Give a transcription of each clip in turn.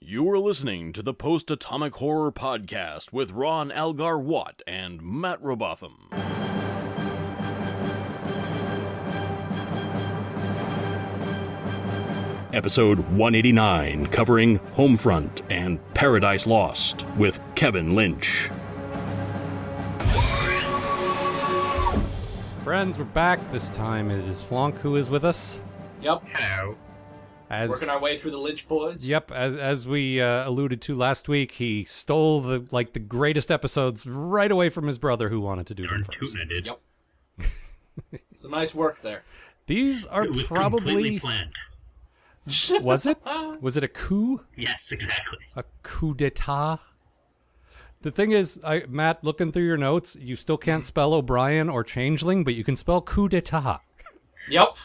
You are listening to the Post Atomic Horror Podcast with Ron Algar Watt and Matt Robotham. Episode 189, covering Homefront and Paradise Lost with Kevin Lynch. Friends, we're back. This time it is Flonk who is with us. Yep. Hello. As Working our way through the Lynch boys. yep, as as we uh, alluded to last week, he stole the like the greatest episodes right away from his brother who wanted to do them first. Tuna did. Yep. Some nice work there. These are It was completely probably planned. Uh-huh. was it was it a coup Yes, exactly. a coup d'état? The thing is, I, Matt, looking through your notes, you still Hmm. can't spell O'Brien or Changeling, but you can spell coup d'état. Yep.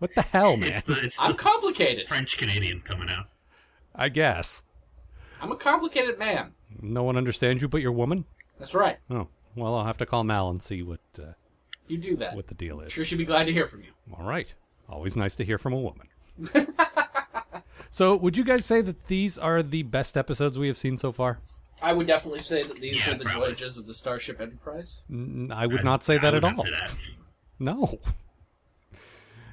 What the hell, man? It's the, it's I'm the complicated. French Canadian coming out. I guess I'm a complicated man. no one understands you but your woman. That's right. Oh well, I'll have to call Mal and see what uh, You do that. what the deal is. Sure, she'd be glad to hear from you. All right. Always nice to hear from a woman. so, would you guys say that these are the best episodes we have seen so far? I would definitely say that these Yeah, are the probably. voyages of the Starship Enterprise. N- I would not say I that would at not all. say that. No.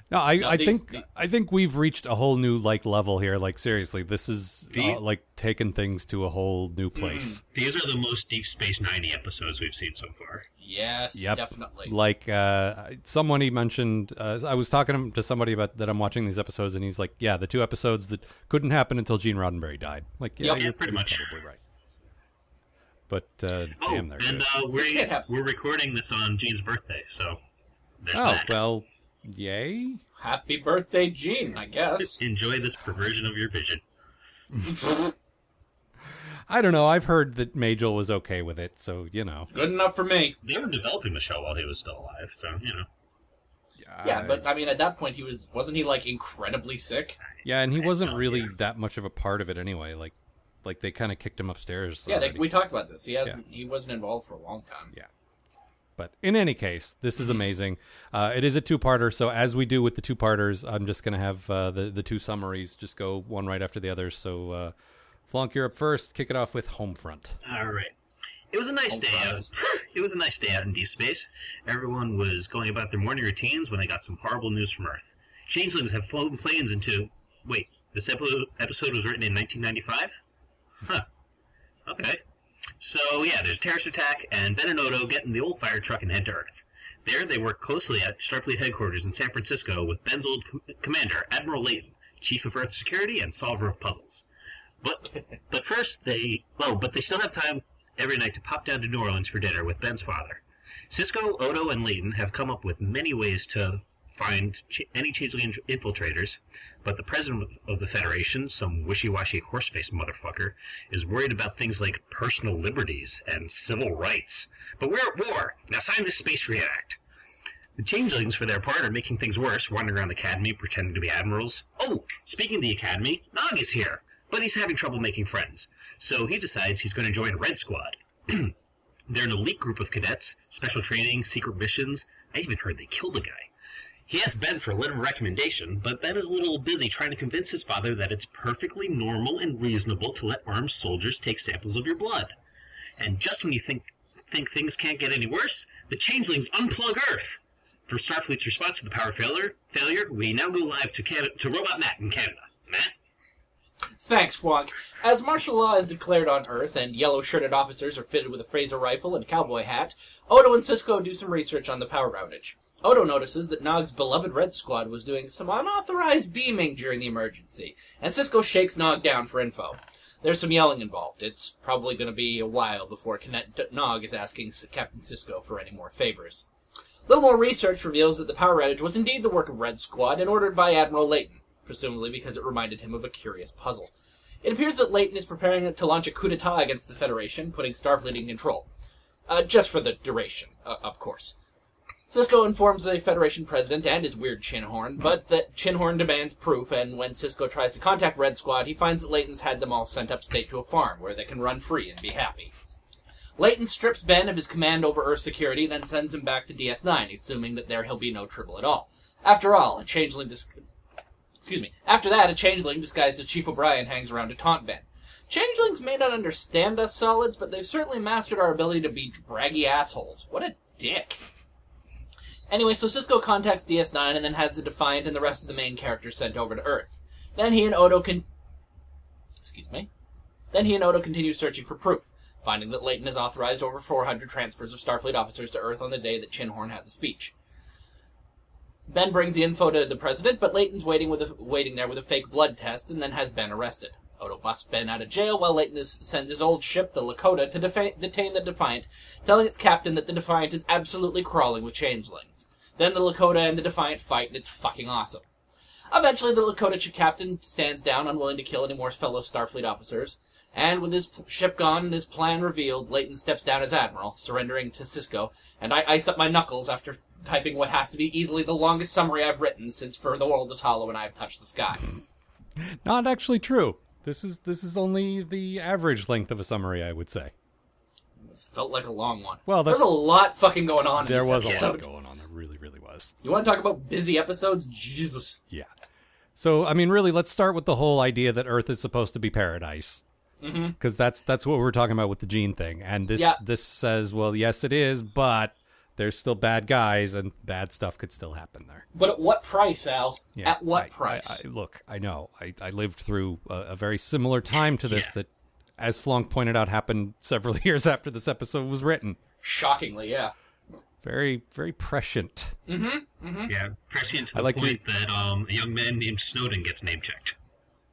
No, I, I these- think I think we've reached a whole new like level here. Like seriously, this is uh, The- like taking things to a whole new place. These are the most Deep Space 90 episodes we've seen so far. Yes, Yep. definitely. Like uh, someone he mentioned, uh, I was talking to somebody about that I'm watching these episodes, and he's like, "Yeah, the two episodes that couldn't happen until Gene Roddenberry died." Like, yeah, Yep. you're Pretty much. probably right. But uh, Oh, damn, they're and good. uh, We we're, can't have- we're recording this on Gene's birthday, so there's oh that. well, yay! Happy birthday, Gene, I guess. Enjoy this perversion of your vision. Good I don't know. I've heard that Majel was okay with it, so you know. enough for me. They were developing the show while he was still alive, so, you know. Yeah, but I mean, at that point, he was wasn't he like incredibly sick? yeah, and he wasn't Oh, really yeah. that much of a part of it anyway. Like, like they kind of kicked him upstairs. Yeah, they, already. we talked about this. He hasn't. He wasn't involved for a long time. Yeah. But in any case, this is amazing. Uh, it is a two-parter, so as we do with the two-parters, I'm just going to have uh, the the two summaries just go one right after the other. So, uh, Flonk, you're up first. Kick it off with Homefront. All right. It was a nice Home day fries. out. it was a nice day out in deep space. Everyone was going about their morning routines when they got some horrible news from Earth. Changelings have flown planes into. Wait, this epi- episode was written in 1995? Huh. Okay. So, yeah, there's a terrorist attack, and Ben and Odo get in the old fire truck and head to Earth. There, they work closely at Starfleet headquarters in San Francisco with Ben's old com- commander, Admiral Layton, chief of Earth security and solver of puzzles. But but first they well, but they still have time every night to pop down to New Orleans for dinner with Ben's father. Cisco, Odo, and Layton have come up with many ways to find ch- any changeling inf- infiltrators, but the president of the Federation, some wishy-washy horse-faced motherfucker, is worried about things like personal liberties and civil rights. But we're at war. Now sign this space react. The changelings, for their part, are making things worse, wandering around the academy pretending to be admirals. Oh, speaking of the academy, Nog is here, but he's having trouble making friends, so he decides he's going to join Red Squad. They're an elite group of cadets, special training, secret missions. I even heard they killed a guy. He asked Ben for a letter of recommendation, but Ben is a little busy trying to convince his father that it's perfectly normal and reasonable to let armed soldiers take samples of your blood. And just when you think think things can't get any worse, the changelings unplug Earth. For Starfleet's response to the power failure, failure, we now go live to Canada, to Robot Matt in Canada. Matt, Thanks, Flonk. As martial law is declared on Earth and yellow shirted officers are fitted with a phaser rifle and cowboy hat, Odo and Cisco do some research on the power outage. Odo notices that Nog's beloved Red Squad was doing some unauthorized beaming during the emergency, and Cisco shakes Nog down for info. There's some yelling involved. It's probably going to be a while before Cadet Nog is asking S- Captain Cisco for any more favors. Little more research reveals that the power outage was indeed the work of Red Squad and ordered by Admiral Layton, presumably because it reminded him of a curious puzzle. It appears that Layton is preparing to launch a coup d'etat against the Federation, putting Starfleet in control. Uh, just for the duration, uh, of course. Cisco informs the Federation president and his weird Chinhorn, but that Chinhorn demands proof, and when Cisco tries to contact Red Squad, he finds that Layton's had them all sent upstate to a farm where they can run free and be happy. Leighton strips Ben of his command over Earth security, then sends him back to DS9, assuming that there he'll be no trouble at all. After all, a changeling dis- excuse me. After that, a changeling disguised as Chief O'Brien hangs around to taunt Ben. Changelings may not understand us solids, but they've certainly mastered our ability to be braggy assholes. What a dick. Anyway, so Cisco contacts DS9 and then has the Defiant and the rest of the main characters sent over to Earth. Then he and Odo can. Excuse me. Then he and Odo continue searching for proof, finding that Leighton has authorized over 400 transfers of Starfleet officers to Earth on the day that Chinhorn has a speech. Ben brings the info to the president, but Leighton's waiting with a, waiting there with a fake blood test, and then has Ben arrested. Odo busts Ben out of jail while Leighton is, sends his old ship, the Lakota, to defa- detain the Defiant, telling its captain that the Defiant is absolutely crawling with changelings. Then the Lakota and the Defiant fight, and it's fucking awesome. Eventually, the Lakota captain stands down, unwilling to kill any more fellow Starfleet officers. And with his p- ship gone and his plan revealed, Leighton steps down as admiral, surrendering to Cisco. And I ice up my knuckles after typing what has to be easily the longest summary I've written since "For the World is Hollow and I have touched the sky." Not actually true. This is this is only the average length of a summary, I would say. This felt like a long one. Well, that's- there's a lot fucking going on. There in this was a episode. lot going on. There really, really was. You want to talk about busy episodes? Jesus. Yeah. So I mean, really, let's start with the whole idea that Earth is supposed to be paradise, because that's that's what we're talking about with the gene thing. And this Mm-hmm. Yeah. this says, well, yes, it is, but there's still bad guys, and bad stuff could still happen there. But at what price, Al? Yeah, at what I- I- price? I, look, I know. I, I lived through a, a very similar time to this Yeah. that, as Flonk pointed out, happened several years after this episode was written. Shockingly, yeah. Very, very prescient. Hmm? Yeah, prescient to I the like point that um, a young man named Snowden gets name checked.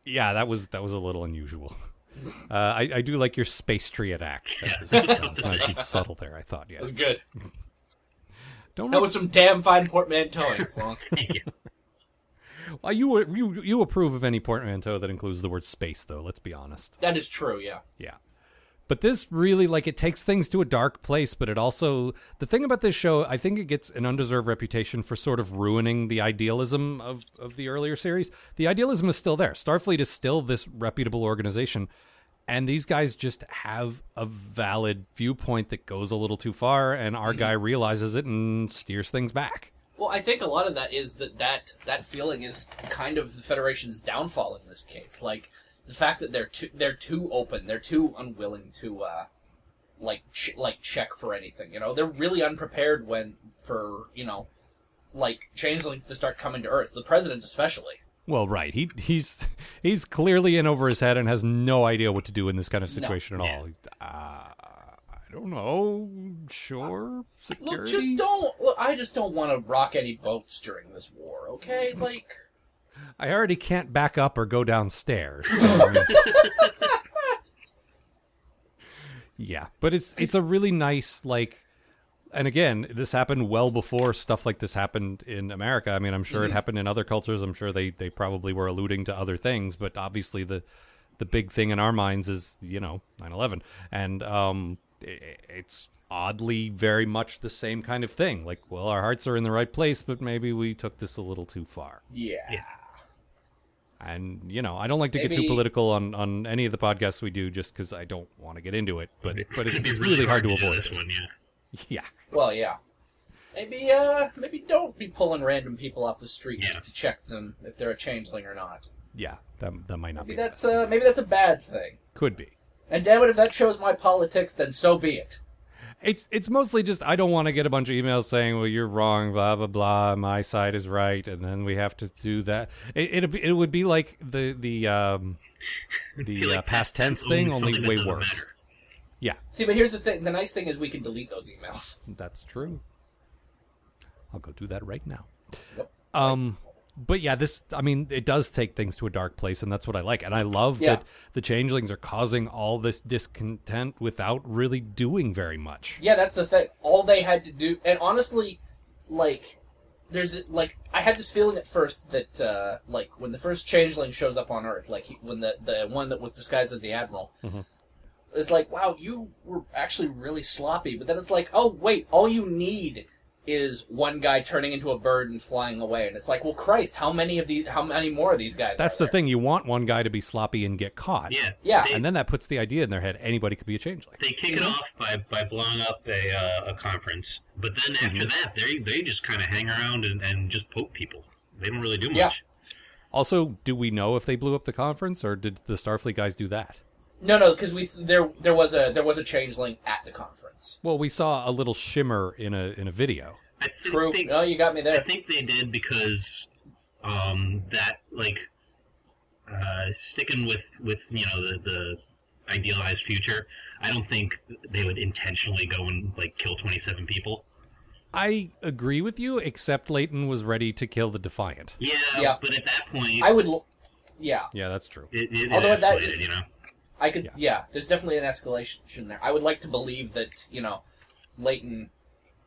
Yeah, that was that was a little unusual. Uh, I, I do like your space tree at act. That was, that that was was tough to nice say. and subtle there. I thought, yeah. That's good. Don't That was some damn fine portmanteauing, Flonk. yeah. uh, you you you approve of any portmanteau that includes the word space, though. Let's be honest. that is true, yeah. Yeah. But this really like it takes things to a dark place, but it also the thing about this show, I think it gets an undeserved reputation for sort of ruining the idealism of of the earlier series. The idealism is still there. Starfleet is still this reputable organization, and these guys just have a valid viewpoint that goes a little too far and our guy realizes it and steers things back. Well, I think a lot of that is that that, that feeling is kind of the Federation's downfall in this case. Like the fact that they're too they're too open, they're too unwilling to uh, like ch- like check for anything. You know, they're really unprepared when for you know like changelings to start coming to Earth. The president especially. Well, right. He he's he's clearly in over his head and has no idea what to do in this kind of situation at all. Uh, I don't know. Sure, security. Look, just don't. Look, I just don't want to rock any boats during this war. Okay, like I already can't back up or go downstairs. so, I mean- yeah, but it's it's a really nice like. And again, this happened well before stuff like this happened in America. I mean, I'm sure it happened in other cultures. I'm sure they, they probably were alluding to other things, but obviously the the big thing in our minds is you know 9/11, and um, i it's oddly very much the same kind of thing. Like, well, our hearts are in the right place, but maybe we took this a little too far. yeah. And you know, I don't like to get too Maybe- political on on any of the podcasts we do, just because I don't want to get into it. But but it's, It'd be it's really hard to do avoid this this. one. Yeah, Yeah, Well, yeah. Maybe uh, maybe don't be pulling random people off the street Yeah. just to check them if they're a changeling or not. yeah, that that might not Maybe be. that's uh, maybe that's a bad thing. Could be. And damn it, if that shows my politics, then so be it. It's it's mostly just I don't want to get a bunch of emails saying, well, you're wrong, blah blah blah. My side is right, and then we have to do that. It it'd be- it, would be like the the um the Feel uh, like past tense only thing, only something that way doesn't worse. matter. Yeah, See, but here's the thing: the nice thing is we can delete those emails. That's true. I'll go do that right now. Yep. Um, but yeah, this I mean, it does take things to a dark place, and that's what I like. And I love Yeah. that the changelings are causing all this discontent without really doing very much. Yeah, that's the thing. All they had to do, and honestly, like, there's a- like I had this feeling at first that uh, like when the first changeling shows up on Earth, like he, when the the one that was disguised as the admiral, Mm-hmm. it's like, wow, you were actually really sloppy. But then it's like, oh wait, all you need is one guy turning into a bird and flying away, and it's like, well, Christ, how many of these? How many more of these guys? That's are the there? thing. You want one guy to be sloppy and get caught. Yeah, Yeah. Mm-hmm. They, And then that puts the idea in their head anybody could be a changeling. they kick it off by, by blowing up a uh, a conference, but then Mm-hmm. after that, they they just kind of hang around and, and just poke people. They don't really do much. Yeah. Also, do we know if they blew up the conference or did the Starfleet guys do that? No, no, because we there there was a there was a changeling at the conference. Well, we saw a little shimmer in a in a video. I think True. they- Oh, you got me I there. think they did because um, that like uh, sticking with with you know the, the idealized future. I don't think they would intentionally go and like kill twenty seven people. I agree with you, except Leighton was ready to kill the Defiant. Yeah, Yeah. but at that point, I would, l- yeah, Yeah, that's true. it, it, it Although at that- escalated. you know, I could, Yeah. yeah. There's definitely an escalation there. I would like to believe that you know, Leighton,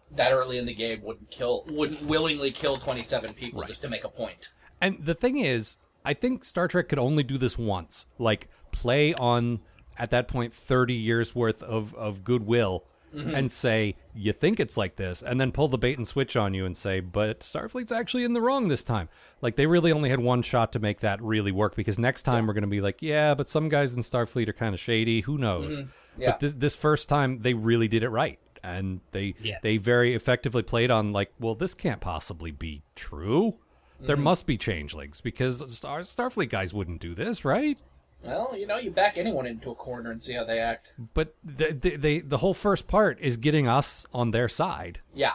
that early in the game wouldn't kill, wouldn't willingly kill 27 people just to make a point. And the thing is, I think Star Trek could only do this once. Like play on at that point 30 years worth of of goodwill and say you think it's like this and then pull the bait and switch on you and say but Starfleet's actually in the wrong this time. Like they really only had one shot to make that really work because next time we're going to be like yeah, but some guys in Starfleet are kind of shady, who knows. Yeah. But this this first time they really did it right. And they Yeah. they very effectively played on like, well, this can't possibly be true. There must be changelings because Star- Starfleet guys wouldn't do this, right? Well, you know, you back anyone into a corner and see how they act. But the, the, they, the whole first part is getting us on their side, Yeah,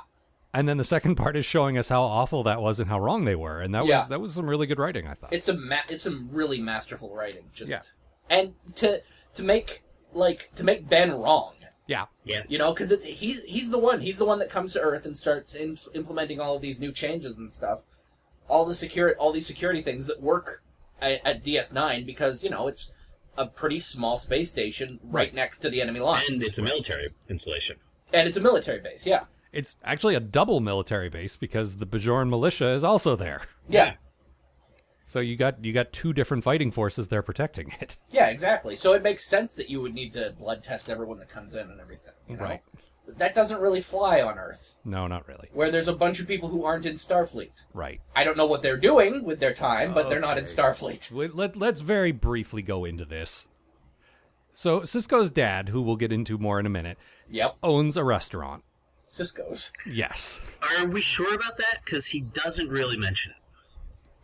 and then the second part is showing us how awful that was and how wrong they were, and that Yeah. was that was some really good writing, I thought. it's a ma- it's some really masterful writing. Just Yeah. and to to make like to make Ben wrong. yeah, yeah, You know, because he's he's the one he's the one that comes to Earth and starts im implementing all of these new changes and stuff, all the security all these security things that work at, at DS Nine because you know it's a pretty small space station right, Right. next to the enemy lines, and it's a military installation. And it's a military base. Yeah, it's actually a double military base because the Bajoran militia is also there. yeah, So you got you got two different fighting forces there protecting it. yeah, exactly. So it makes sense that you would need to blood test everyone that comes in and everything. you know? Right. But that doesn't really fly on Earth, No, not really. where there's a bunch of people who aren't in Starfleet. Right. I don't know what they're doing with their time, but they're not in Starfleet. Let, let, let's very briefly go into this. So Cisco's dad, who we'll get into more in a minute, Yep, owns a restaurant. Cisco's. Yes. Are we sure about that? Because he doesn't really mention it.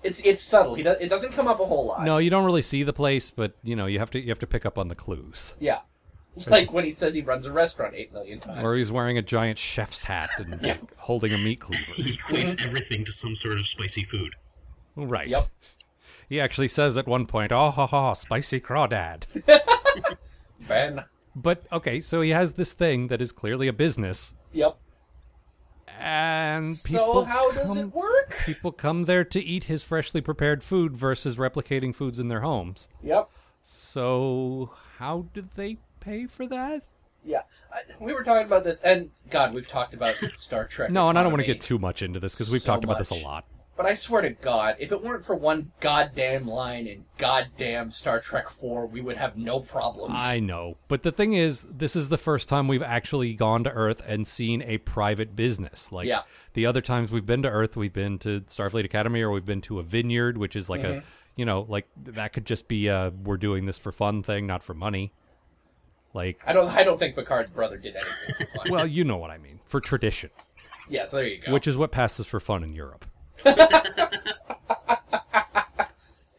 It's it's subtle. He does, it doesn't come up a whole lot. No, you don't really see the place, but you know you have to you have to pick up on the clues. Yeah, like when he says he runs a restaurant eight million times. Or he's wearing a giant chef's hat and Yeah. holding a meat cleaver. He equates Mm-hmm. everything to some sort of spicy food. Right. Yep. He actually says at one point, "Oh ha ha, spicy crawdad." Ben. but okay, so he has this thing that is clearly a business, Yep. and so people how does come- it work? People come there to eat his freshly prepared food versus replicating foods in their homes. Yep. So, how did they pay for that? Yeah. I, we were talking about this, and God, we've talked about Star Trek. No, and I don't want to economy, get too much into this because we've So talked about this much. a lot. But I swear to God, if it weren't for one goddamn line in goddamn Star Trek Four, we would have no problems. I know. But the thing is, this is the first time we've actually gone to Earth and seen a private business. Like Yeah. the other times we've been to Earth, we've been to Starfleet Academy or we've been to a vineyard, which is like Mm-hmm. a, you know, like that could just be a we're doing this for fun thing, not for money. Like, I don't. I don't think Picard's brother did anything for fun. well, you know what I mean. For tradition. yes, there you go. which is what passes for fun in Europe.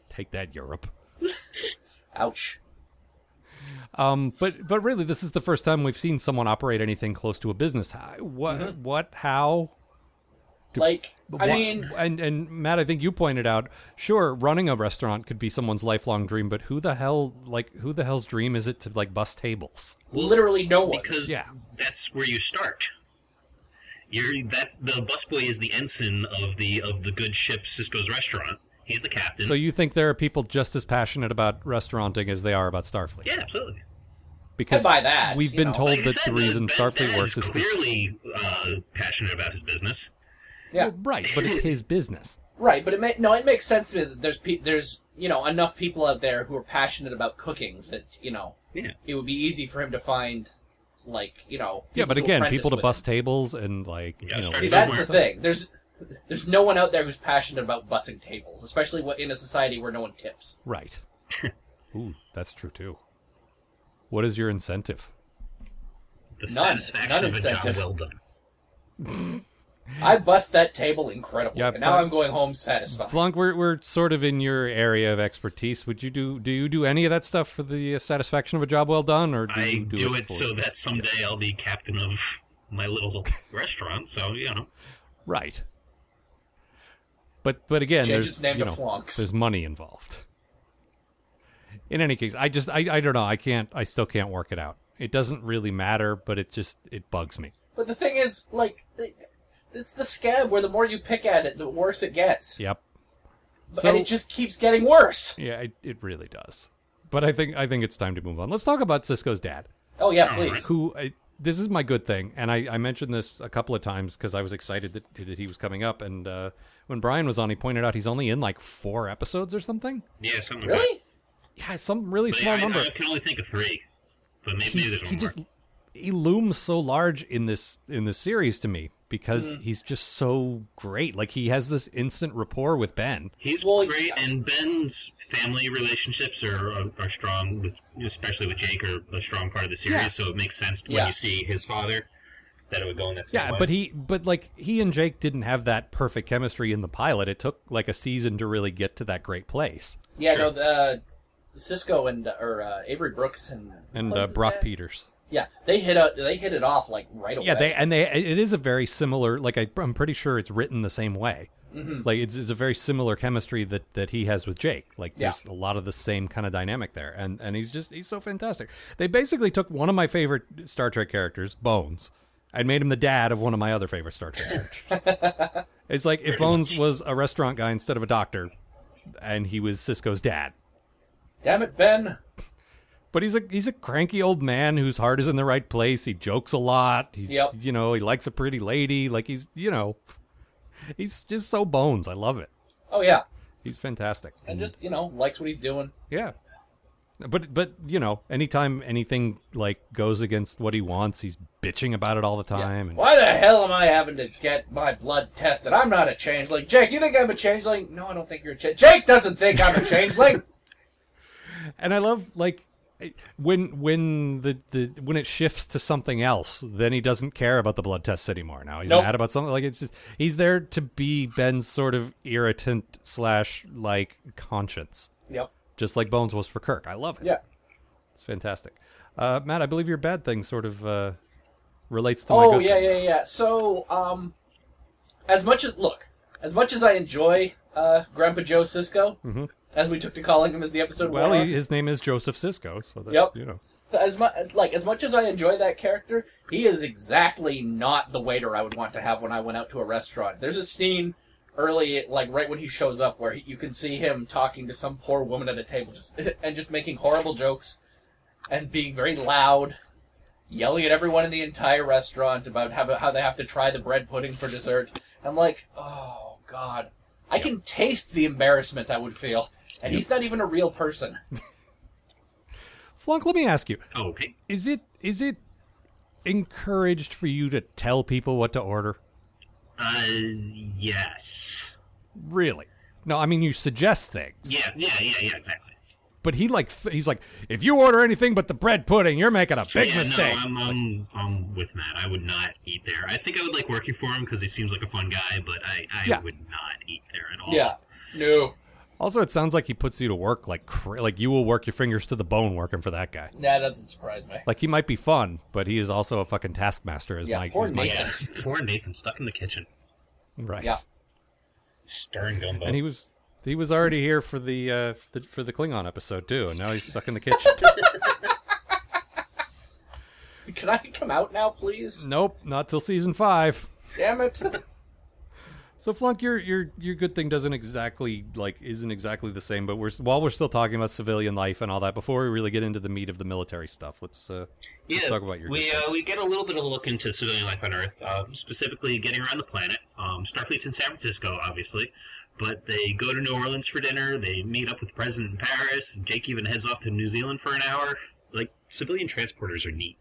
Take that, Europe. Ouch. Um, but but really, this is the first time we've seen someone operate anything close to a business. How- What what how? Like, Mm-hmm. I what- mean, and and Matt, I think you pointed out. Sure, running a restaurant could be someone's lifelong dream, but who the hell like who the hell's dream is it to like bus tables? literally no one. because Yeah. that's where you start. You're that's the busboy is the ensign of the of the good ship Cisco's restaurant. He's the captain. So you think there are people just as passionate about restauranting as they are about Starfleet? yeah, absolutely. because I buy that, We've you been know. told Like I that said, the reason Ben's Starfleet dad works is is 'cause- clearly uh, passionate about his business. yeah. right, but it's his business. Right, but it ma- no, it makes sense to me that there's pe- there's you know enough people out there who are passionate about cooking that you know Yeah, it would be easy for him to find like you know Yeah, but again, apprentice people to with bus tables and like Yeah, you know, sure. him. See, Somewhere. that's the thing. There's there's no one out there who's passionate about bussing tables, especially wh- in a society where no one tips. right. Ooh, that's true too. What is your incentive? the None. satisfaction None of a job incentive. well done. I bust that table incredibly, Yeah, and now Flan- I'm going home satisfied. Flunk, we're, we're sort of in your area of expertise. Would you do do you do any of that stuff for the uh, satisfaction of a job well done, or do I you do, it, for- so that someday I'll be captain of my little restaurant. So you know, right? But but again, Change there's its name you to know, Flunks. There's money involved. In any case, I just I, I don't know. I can't. I still can't work it out. It doesn't really matter, but it just it bugs me. But the thing is, like, it- it's the scab where the more you pick at it, the worse it gets. Yep. and it just keeps getting worse. Yeah, it, it really does. But I think I think it's time to move on. Let's talk about Cisco's dad, Oh, yeah, please. who I, this is my good thing, and I, I mentioned this a couple of times because I was excited that, that he was coming up. And uh, when Brian was on, he pointed out he's only in like four episodes or something. yeah, something like Really? Yeah, some really that. small I, number. I can only think of three, but maybe He's, there's one he more. just he looms so large in this in this series to me because he's just so great. Like he has this instant rapport with Ben. He's Well, great, yeah. and Ben's family relationships are are, are strong, with, especially with Jake, are a strong part of the series. Yeah. So it makes sense when Yeah. you see his father that it would go in that same Yeah, way. but he, but like he and Jake didn't have that perfect chemistry in the pilot. It took like a season to really get to that great place. Yeah, no, the, uh, Cisco and, uh, or, uh, Avery Brooks and... And what uh, is his Brock name? Peters, Yeah, they hit a, they hit it off, like, right away. yeah, they and they. It is a very similar. Like I, I'm pretty sure it's written the same way. Like it's, it's a very similar chemistry that that he has with Jake. Like Yeah. there's a lot of the same kind of dynamic there, and and he's just he's so fantastic. They basically took one of my favorite Star Trek characters, Bones, and made him the dad of one of my other favorite Star Trek characters. it's like if Bones was a restaurant guy instead of a doctor, and he was Cisco's dad. Damn it, Ben. But he's a he's a cranky old man whose heart is in the right place. He jokes a lot. He's Yep. you know, he likes a pretty lady. Like he's you know he's just so bones. I love it. Oh, yeah. He's fantastic. And just, you know, likes what he's doing. Yeah. But but you know, anytime anything like goes against what he wants, he's bitching about it all the Yeah. time. And Why the hell am I having to get my blood tested? I'm not a changeling. Jake, you think I'm a changeling? No, I don't think you're a changeling. Jake doesn't think I'm a changeling. and I love like when when the, the when it shifts to something else, then he doesn't care about the blood tests anymore. Now he's Nope. mad about something. Like it's just he's there to be Ben's sort of irritant slash like conscience, yep. just like Bones was for Kirk. I love it. Yeah. it's fantastic. Uh, Matt, I believe your bad thing sort of uh, relates to. my Oh good yeah, thing. yeah, yeah. So, um, as much as look, as much as I enjoy uh, Grandpa Joe Cisco, as we took to calling him as the episode Mm-hmm. Well, wore he, on, his name is Joseph Cisco, so that, Yep. you know. as much like as much as I enjoy that character, he is exactly not the waiter I would want to have when I went out to a restaurant. There's a scene early, like right when he shows up, where he, you can see him talking to some poor woman at a table, just and just making horrible jokes and being very loud. Yelling at everyone in the entire restaurant about how, how they have to try the bread pudding for dessert. I'm like, oh god, I can taste the embarrassment I would feel, and he's not even a real person. Flunk, let me ask you: oh, okay. is it is it encouraged for you to tell people what to order? Uh, yes. Really? No, I mean you suggest things, Yeah, yeah, yeah, yeah, exactly. but he like th- he's like, if you order anything but the bread pudding, you're making a big yeah, mistake. No, I'm, I'm, I'm with Matt. I would not eat there. I think I would like working for him because he seems like a fun guy, but I, I Yeah. would not eat there at all. Yeah, no. also, it sounds like he puts you to work like cra- like you will work your fingers to the bone working for that guy. That doesn't surprise me. Like he might be fun, but he is also a fucking taskmaster. Is Yeah, my, poor is my Nathan. Yeah. Poor Nathan stuck in the kitchen, right? Yeah. stirring gumbo. and he was he was already here for the uh for the, for the Klingon episode too, and now he's stuck in the kitchen. Can I come out now, please? nope, not till season five. Damn it. So Flunk, your your your good thing doesn't exactly like isn't exactly the same. But we're while we're still talking about civilian life and all that, before we really get into the meat of the military stuff, let's uh, yeah, let's talk about your. we good uh, we get a little bit of a look into civilian life on Earth, um, specifically getting around the planet. Um, Starfleet's in San Francisco, obviously, but they go to New Orleans for dinner. They meet up with the president in Paris. and Jake even heads off to New Zealand for an hour. Like civilian transporters are neat.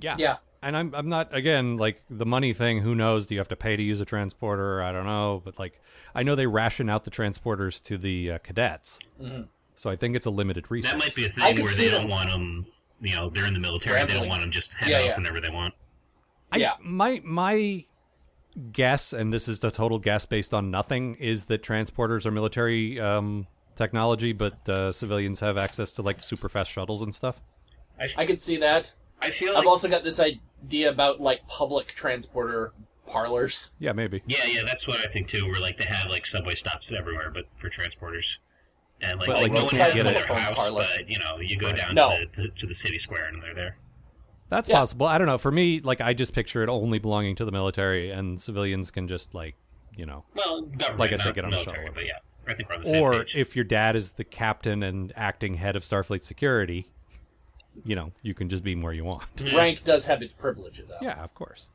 yeah, yeah. And I'm I'm not again like the money thing. Who knows? Do you have to pay to use a transporter? I don't know. But like I know they ration out the transporters to the uh, cadets, so I think it's a limited resource. That might be a I thing could where see they don't them- want them. You know, they're in the military. They Rambling. don't want them just head Yeah, off yeah. whenever they want. I, Yeah. My my guess, and this is a total guess based on nothing, is that transporters are military um, technology, but uh, civilians have access to like super fast shuttles and stuff. I could see that. I feel like I've also got this idea about like public transporter parlors. Yeah, maybe. yeah, yeah, that's what I think too. Where like they have like subway stops everywhere, but for transporters, and like, But, like, no you one can't has get them it. in their house, Parlor. but you know you go down No. to, the, to the city square and they're there. That's Yeah. possible. I don't know. For me, like I just picture it only belonging to the military, and civilians can just like you know. Well, government, Like I said, not get on a military, shuttle. but yeah, I think we're on the same Or page. if your dad is the captain and acting head of Starfleet security, you know you can just beam where you want. Rank does have its privileges out. Hmm. Yeah, of course.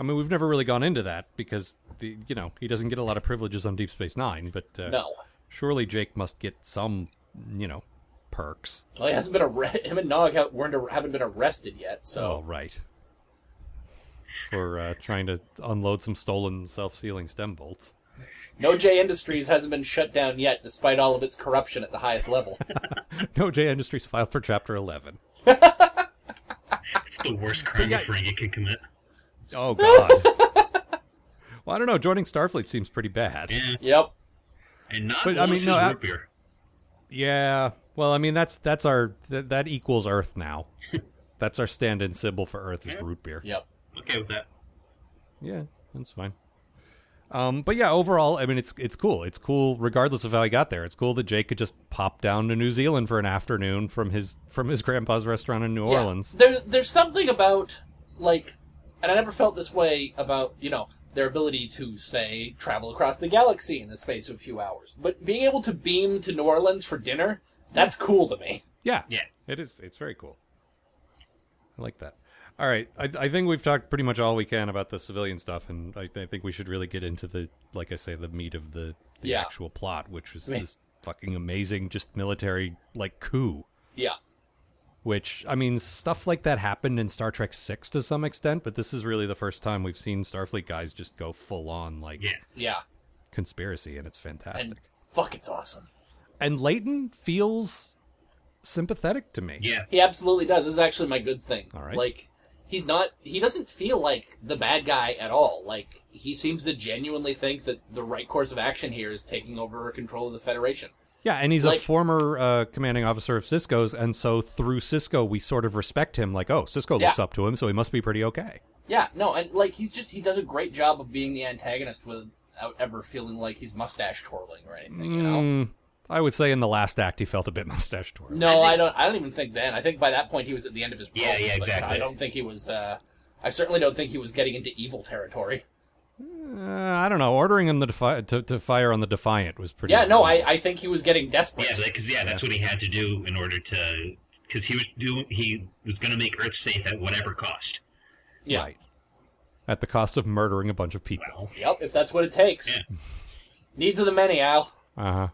I mean, we've never really gone into that because the you know he doesn't get a lot of privileges on Deep Space Nine, but uh, No. surely Jake must get some you know perks. Well, he hasn't been arrested. Him and Nog ha- weren't ar- haven't been arrested yet, Oh, so right. For uh, trying to unload some stolen self-sealing stem bolts. No J Industries hasn't been shut down yet, despite all of its corruption at the highest level. No, J Industries filed for Chapter Eleven. it's the worst crime Yeah. a Ferengi can commit. Oh God. well, I don't know. Joining Starfleet seems pretty bad. Yeah, yep. and not But, I once mean, is no, I- root beer. Yeah. Well, I mean that's that's our th- that equals Earth now. that's our stand-in symbol for Earth is root beer. Yep. Okay with that. Yeah, that's fine. Um, but yeah, overall, I mean, it's it's cool. It's cool, regardless of how he got there. It's cool that Jake could just pop down to New Zealand for an afternoon from his from his grandpa's restaurant in New Orleans. Yeah. There, there's something about like, and I never felt this way about you know their ability to say travel across the galaxy in the space of a few hours, but being able to beam to New Orleans for dinner, that's cool to me. Yeah, Yeah. it is. It's very cool. I like that. All right, I, I think we've talked pretty much all we can about the civilian stuff, and I, I think we should really get into the, like I say, the meat of the, the Yeah. actual plot, which was Meh. this fucking amazing, just military like coup. Yeah. which I mean, stuff like that happened in Star Trek Six to some extent, but this is really the first time we've seen Starfleet guys just go full on like Yeah. Yeah. conspiracy, and it's fantastic. And fuck, it's awesome. And, Leighton feels sympathetic to me. Yeah. He absolutely does. This is actually my good thing. All right. Like he's not he doesn't feel like the bad guy at all. Like he seems to genuinely think that the right course of action here is taking over control of the Federation. Yeah, and he's Like- a former uh, commanding officer of Cisco's, and so through Cisco, we sort of respect him. Like, oh, Cisco looks Yeah. up to him, so he must be pretty okay. Yeah, no, and like he's just he does a great job of being the antagonist without ever feeling like he's mustache twirling or anything, you know? Mm, I would say in the last act, he felt a bit mustache twirled. No, I don't I don't even think then. I think by that point he was at the end of his Yeah, rope, yeah, but exactly. I don't think he was uh I certainly don't think he was getting into evil territory. Uh, I don't know. Ordering him the defi- to, to fire on the Defiant was pretty. Yeah, no, I, I think he was getting desperate. Yeah, because yeah, that's what he had to do in order to, because he was do he was going to make Earth safe at whatever cost. Yeah. Right. At the cost of murdering a bunch of people. Well, Yep, if that's what it takes. Needs of the many, Al. Uh huh.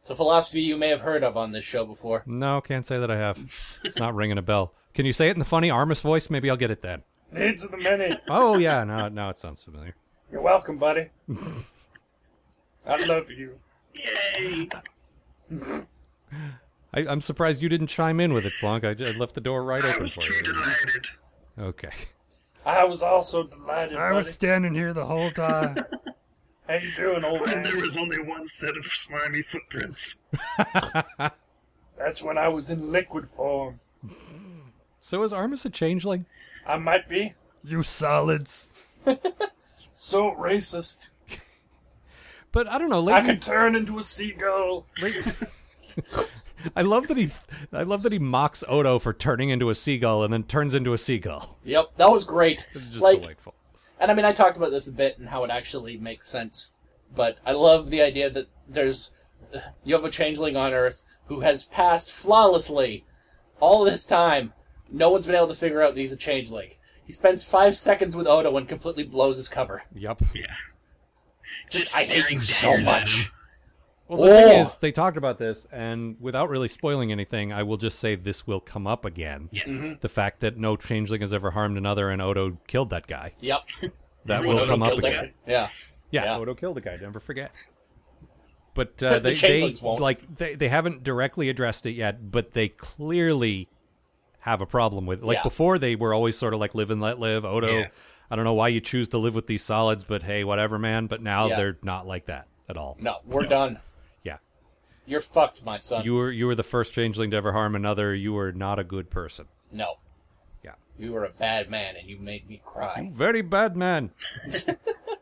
It's a philosophy you may have heard of on this show before. No, can't say that I have. It's not ringing a bell. Can you say it in the funny Armis voice? Maybe I'll get it then. Needs of the many. Oh yeah, no, no, it sounds familiar. You're welcome, buddy. I love you. yay! I, I'm surprised you didn't chime in with it, Blanc. I, I left the door right I open was for too you. delighted. Okay. I was also delighted, standing here the whole time. How you doing, old When there was only one set of slimy footprints. That's when I was in liquid form. so is Armis a changeling? I might be You solids. so racist. But I don't know. Leighton, turn into a seagull. I love that he. I love that he mocks Odo for turning into a seagull and then turns into a seagull. Yep, that was great. It's just like, delightful. And I mean, I talked about this a bit and how it actually makes sense, but I love the idea that there's you have a changeling on Earth who has passed flawlessly all this time. No one's been able to figure out that he's a changeling. He spends five seconds with Odo and completely blows his cover. Yep. Yeah. Just, Just I hate staring you so daggers at much. him. Well, the thing Oh. is, they talked about this, and without really spoiling anything, I will just say this will come up again. Yeah. The fact that no changeling has ever harmed another, and Odo killed that guy. Yep. That Odo will come up killed that again. guy? Yeah. Yeah, Yeah. Odo killed the guy. Never forget. But uh, they, The they changelings won't. like they, they haven't directly addressed it yet, but they clearly have a problem with it. like Yeah. before they were always sort of like live and let live. Odo, Yeah. I don't know why you choose to live with these solids, but hey, whatever, man. But now Yeah. they're not like that at all. No, we're done. Yeah. You're fucked, my son. You were you were the first changeling to ever harm another. You were not a good person. no. Yeah. You were a bad man and you made me cry. Very bad man.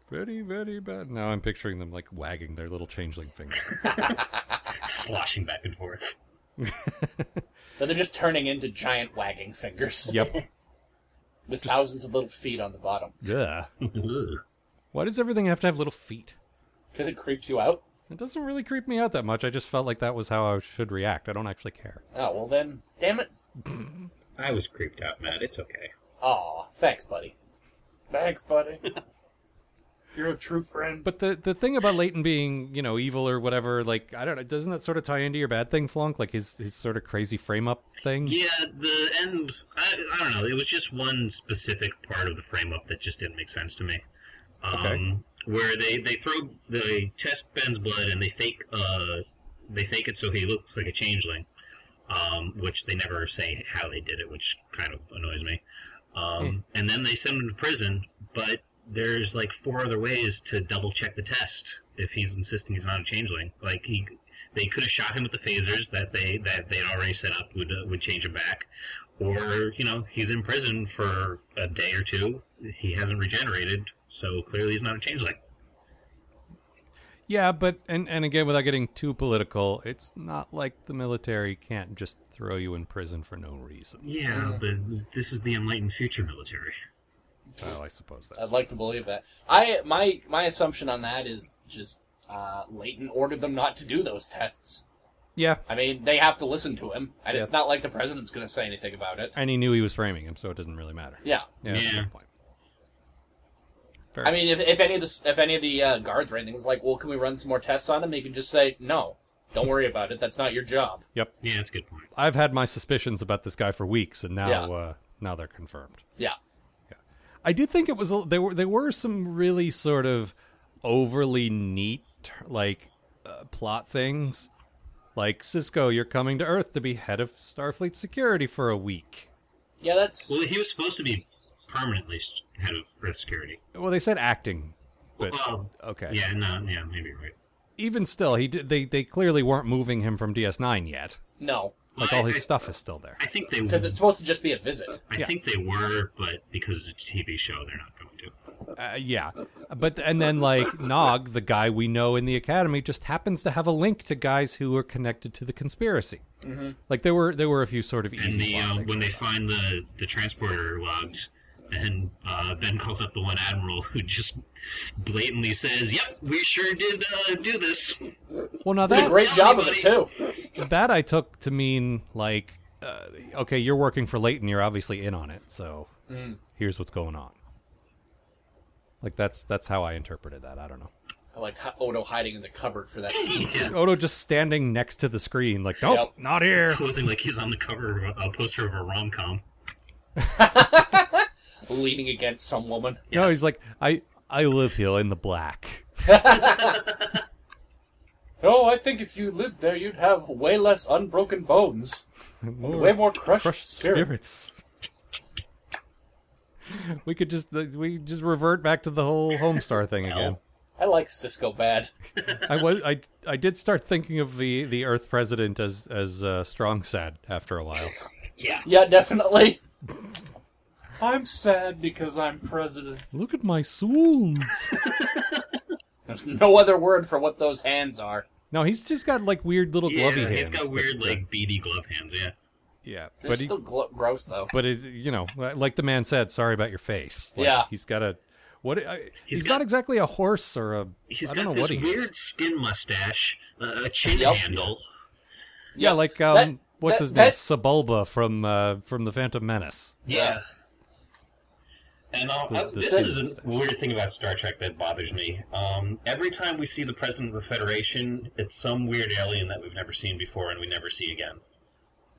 very, very bad. Now I'm picturing them like wagging their little changeling finger. sloshing back and forth. But they're just turning into giant wagging fingers Yep. with thousands of little feet on the bottom. Yeah. Ugh. Why does everything have to have little feet? Because it creeps you out? It doesn't really creep me out that much. I just felt like that was how I should react. I don't actually care. Oh, well then, damn it. I was creeped out, Matt. It's okay. Aw, thanks, buddy. Thanks, buddy. You're a true friend. But the the thing about Leighton being, you know, evil or whatever, like I don't know, doesn't that sort of tie into your bad thing, Flonk? Like his his sort of crazy frame up thing? Yeah, the end. I, I don't know. It was just one specific part of the frame up that just didn't make sense to me. Um, Okay. Where they they throw they test Ben's blood and they fake uh they fake it so he looks like a changeling, um, which they never say how they did it, which kind of annoys me. Um, And then they send him to prison, but there's like four other ways to double check the test if he's insisting he's not a changeling. Like he, they could have shot him with the phasers that they that they'd already set up would uh, would change him back, or you know he's in prison for a day or two. He hasn't regenerated, so clearly he's not a changeling. Yeah, but and and again, without getting too political, it's not like the military can't just throw you in prison for no reason. Yeah, Uh, but this is the enlightened future military. Well, Oh, I suppose that's I'd Uh, like to believe that. I my my assumption on that is just uh, Leighton ordered them not to do those tests. yeah. I mean, they have to listen to him, and it's not like the president's going to say anything about it. And he knew he was framing him, so it doesn't really matter. Yeah, Yeah, that's a Yeah. good point. Fair I mean, if, if any of the if any of the uh, guards or anything was like, "Well, can we run some more tests on him?" He can just say, "No, don't worry about it. That's not your job." yep. Yeah, that's a good point. I've had my suspicions about this guy for weeks, and now Yeah. uh, now they're confirmed. Yeah, I did think it was a- there were there were some really sort of overly neat like uh, plot things, like Cisco, you're coming to Earth to be head of Starfleet security for a week. yeah, that's Well, he was supposed to be permanently s- head of Earth security. Well, they said acting, but Well, okay. yeah, no, yeah, maybe you're right. Even still, he did, they they clearly weren't moving him from DS9 yet. no, Like all his stuff is still there. I think they because it's supposed to just be a visit. I yeah. think they were, but because it's a TV show, they're not going to. Uh, yeah, but and then like Nog, the guy we know in the academy, just happens to have a link to guys who are connected to the conspiracy. Like there were there were a few sort of And easy the uh, plot when things. they find the the transporter logs, and uh, Ben calls up the one admiral who just blatantly says, "Yep, we sure did uh, do this." Well, now Did a that great tell job me, of it too. that I took to mean like, uh, okay, you're working for Leighton, you're obviously in on it, so here's what's going on. Like that's that's how I interpreted that. I don't know. I like h- Odo hiding in the cupboard for that scene. Yeah. Odo just standing next to the screen, like, nope, Yep. not here. Posing like he's on the cover of a, a poster of a rom com. leaning against some woman. No, he's like, I I live here in the black. Oh, I think if you lived there, you'd have way less unbroken bones, way more crushed, crushed spirits. spirits. We could just we could just revert back to the whole Homestar thing again. I like Cisco bad. I was I I did start thinking of the the Earth president as as uh, strong sad after a while. Yeah, Yeah, definitely. I'm sad because I'm president. Look at my swoons. There's no other word for what those hands are. no, he's just got like weird little yeah. glovey hands. He's got but, weird uh, like beady glove hands. Yeah, yeah, They're but he, still glo- gross though. but it, you know, like the man said, sorry about your face. Like, Yeah. he's got a what? I, He's he's not got- exactly a horse or a. he's I got don't know this what he weird is. skin mustache, uh, a chin Yep. handle. Yeah, like um, That- what's that- his name? that- Sebulba from uh, from the Phantom Menace. Yeah. And I'll, The- I- the this same is a stuff. weird thing about Star Trek that bothers me. Um, every time we see the president of the Federation, it's some weird alien that we've never seen before and we never see again.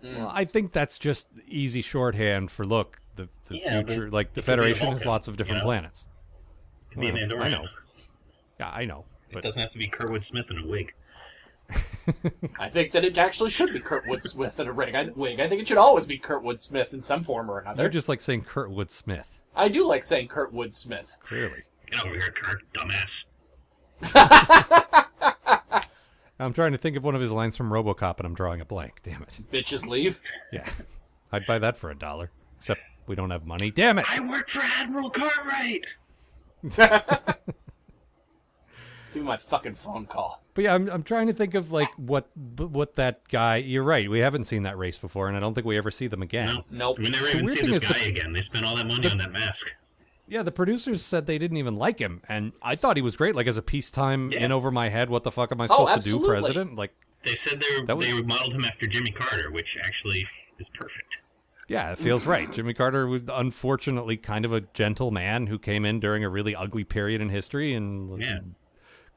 Well, I think that's just easy shorthand for look the, the Yeah, but future. Like the it could be a Federation has Vulcan, lots of different you know? planets. Could be an Well, I Andorian. know. Yeah, I know. It But doesn't have to be Kerwood Smith in a wig. I think that it actually should be Kurtwood Smith in a rig. I, wig. I think it should always be Kurtwood Smith in some form or they're another. just like saying Kurtwood Smith. I do like saying Kurtwood Smith. Clearly. Get over here, Kirk, dumbass. I'm trying to think of one of his lines from RoboCop, and I'm drawing a blank. Damn it. Bitches leave. Yeah, I'd buy that for a dollar. Except we don't have money. Damn it. I work for Admiral Cartwright. Let's give me my fucking phone call. But yeah, I'm I'm trying to think of like what b- what that guy. You're right. We haven't seen that race before, and I don't think we ever see them again. No, Nope. We never even weird see thing this is the- guy again. They spent all that money on that mask. Yeah, the producers said they didn't even like him, and I thought he was great. Like as a peacetime Yeah. in over my head. What the fuck am I supposed to do, absolutely. President? Like, They said they were, That was- they modeled him after Jimmy Carter, which actually is perfect. yeah, it feels right. Jimmy Carter was unfortunately kind of a gentle man who came in during a really ugly period in history and like, Yeah.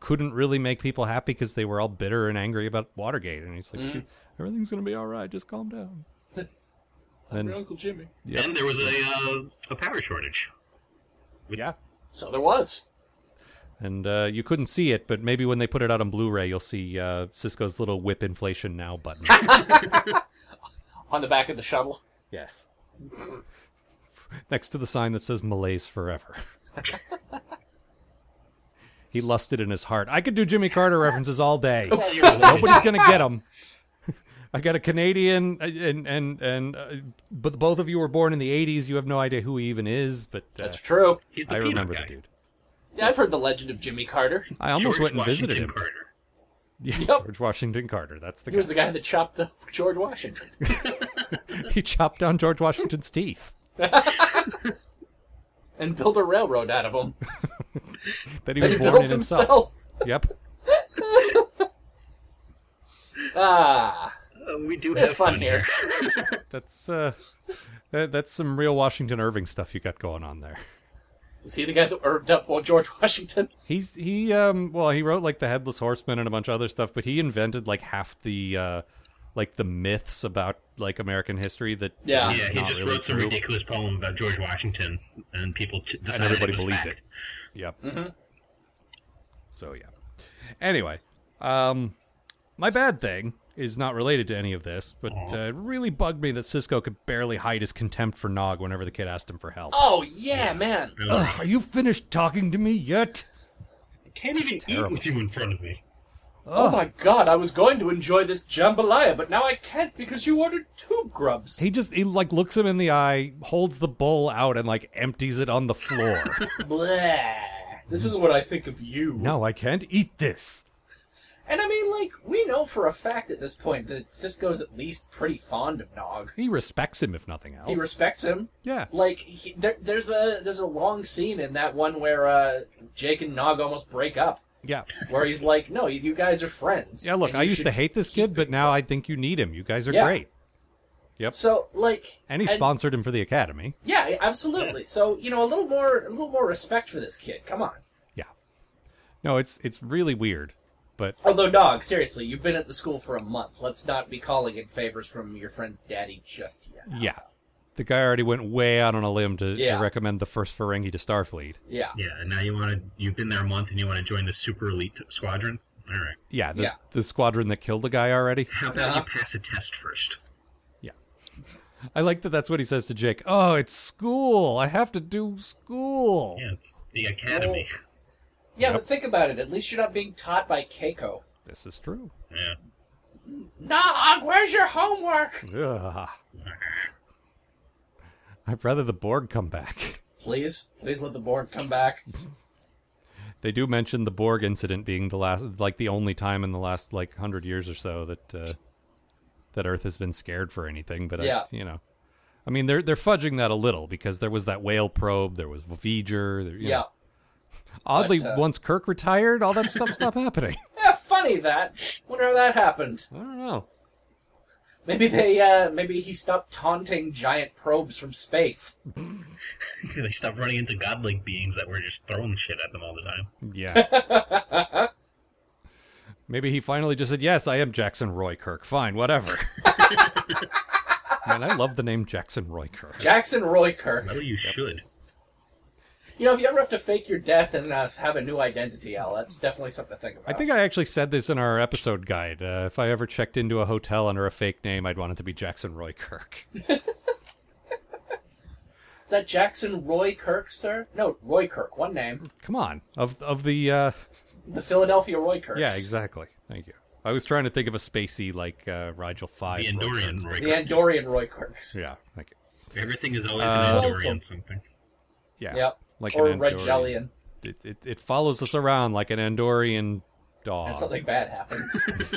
couldn't really make people happy because they were all bitter and angry about Watergate. And he's like, everything's gonna be all right. Just calm down. Your Uncle Jimmy. Yep. And there was a uh, a power shortage. Yeah. So there was. and uh, you couldn't see it, but maybe when they put it out on Blu-ray, you'll see uh, Cisco's little whip inflation now button. On the back of the shuttle. yes. Next to the sign that says "Malays Forever." he lusted in his heart. I could do Jimmy Carter references all day. Nobody's gonna get them. I got a Canadian, uh, and and and, uh, but both of you were born in the '80s. You have no idea who he even is, but uh, That's true. He's the I peanut remember guy. the dude. Yeah, I've heard the legend of Jimmy Carter. I almost George went and Washington visited him. Carter. Yeah, Yep. George Washington Carter. That's the He guy. was the guy that chopped up George Washington. he chopped down George Washington's teeth. and built a railroad out of him. that he That was he born built in himself. himself. Yep. Ah. Uh, we do It's have fun here. That's uh, that, that's some real Washington Irving stuff you got going on there. Was he the guy that irved up while George Washington? He's he um well he wrote like the Headless Horseman and a bunch of other stuff, but he invented like half the uh like the myths about like American history that Yeah. are Yeah, he not just really wrote some true. ridiculous poem about George Washington, and people t- decided everybody it was believed fact. it. Yep. So yeah. Anyway, um, my bad thing is not related to any of this, but uh, it really bugged me that Cisco could barely hide his contempt for Nog whenever the kid asked him for help. Oh, yeah, man. Ugh, are you finished talking to me yet? I can't even eat terrible. with you in front of me. Oh my god, I was going to enjoy this jambalaya, but now I can't because you ordered two grubs. He just he like looks him in the eye, holds the bowl out, and like empties it on the floor. Blah. This is what I think of you. no, I can't eat this. And I mean, like, we know for a fact at this point that Cisco's at least pretty fond of Nog. He respects him if nothing else. He respects him. yeah. Like, he, there, there's a there's a long scene in that one where uh, Jake and Nog almost break up, Yeah. where he's like, "No, you guys are friends." Yeah, look, and I you used to should hate this keep kid, but being now I friends." think you need him. You guys are Yeah. great. Yep. So, like, and he sponsored him for the academy. Yeah, absolutely. So you know, a little more, a little more respect for this kid. Come on. Yeah. No, it's it's really weird, but Although, dog, seriously, you've been at the school for a month. Let's not be calling in favors from your friend's daddy just yet. yeah, the guy already went way out on a limb to, Yeah. to recommend the first Ferengi to Starfleet. Yeah. Yeah, and now you want to? You've been there a month, and you want to join the super elite squadron? All right. Yeah, the, Yeah. the squadron that killed the guy already. How about Uh-huh. you pass a test first? I like that. That's what he says to Jake. Oh, it's school. I have to do school. Yeah, it's the academy. Yeah, Yep. but think about it. At least you're not being taught by Keiko. This is true. Yeah. Nog, where's your homework? Ugh. I'd rather the Borg come back. Please, please let the board come back. They do mention the Borg incident being the last, like the only time in the last like hundred years or so that uh, that Earth has been scared for anything. But Yeah. I, you know, I mean, they're they're fudging that a little because there was that whale probe, there was V'ger. There, you Yeah. know. Oddly, but, uh, once Kirk retired, all that stuff stopped happening. Yeah, funny that. Wonder how that happened. I don't know. Maybe they, uh, maybe he stopped taunting giant probes from space. they stopped running into godlike beings that were just throwing shit at them all the time. Yeah. Maybe he finally just said, "Yes, I am Jackson Roy Kirk. Fine, whatever." Man, I love the name Jackson Roy Kirk. Jackson Roy Kirk. Well, Oh, you should. You know, if you ever have to fake your death and uh, have a new identity, Al, that's definitely something to think I about. think I actually said this in our episode guide. Uh, if I ever checked into a hotel under a fake name, I'd want it to be Jackson Roy Kirk. Is that Jackson Roy Kirk, sir? No, Roy Kirk, one name. Come on, of of the uh, The Philadelphia Roy Kirks. yeah, exactly. Thank you. I was trying to think of a spacey like uh, Rigel Five. The Andorian Roy The Andorian Roy Kirks. Yeah, thank you. Everything is always Uh, an Andorian something. Yeah, Yep. like or an Andorian. Regellian. It, it it follows us around like an Andorian dog. And something bad happens.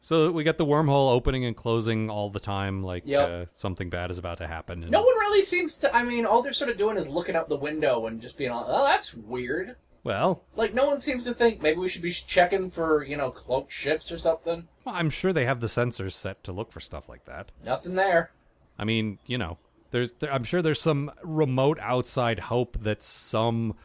So we got the wormhole opening and closing all the time, like Yep. uh, something bad is about to happen. And no one really seems to. I mean, all they're sort of doing is looking out the window and just being all, oh, that's weird. Well, Like, no one seems to think maybe we should be checking for, you know, cloaked ships or something. I'm sure they have the sensors set to look for stuff like that. Nothing there. I mean, you know, there's there, I'm sure there's some remote outside hope that some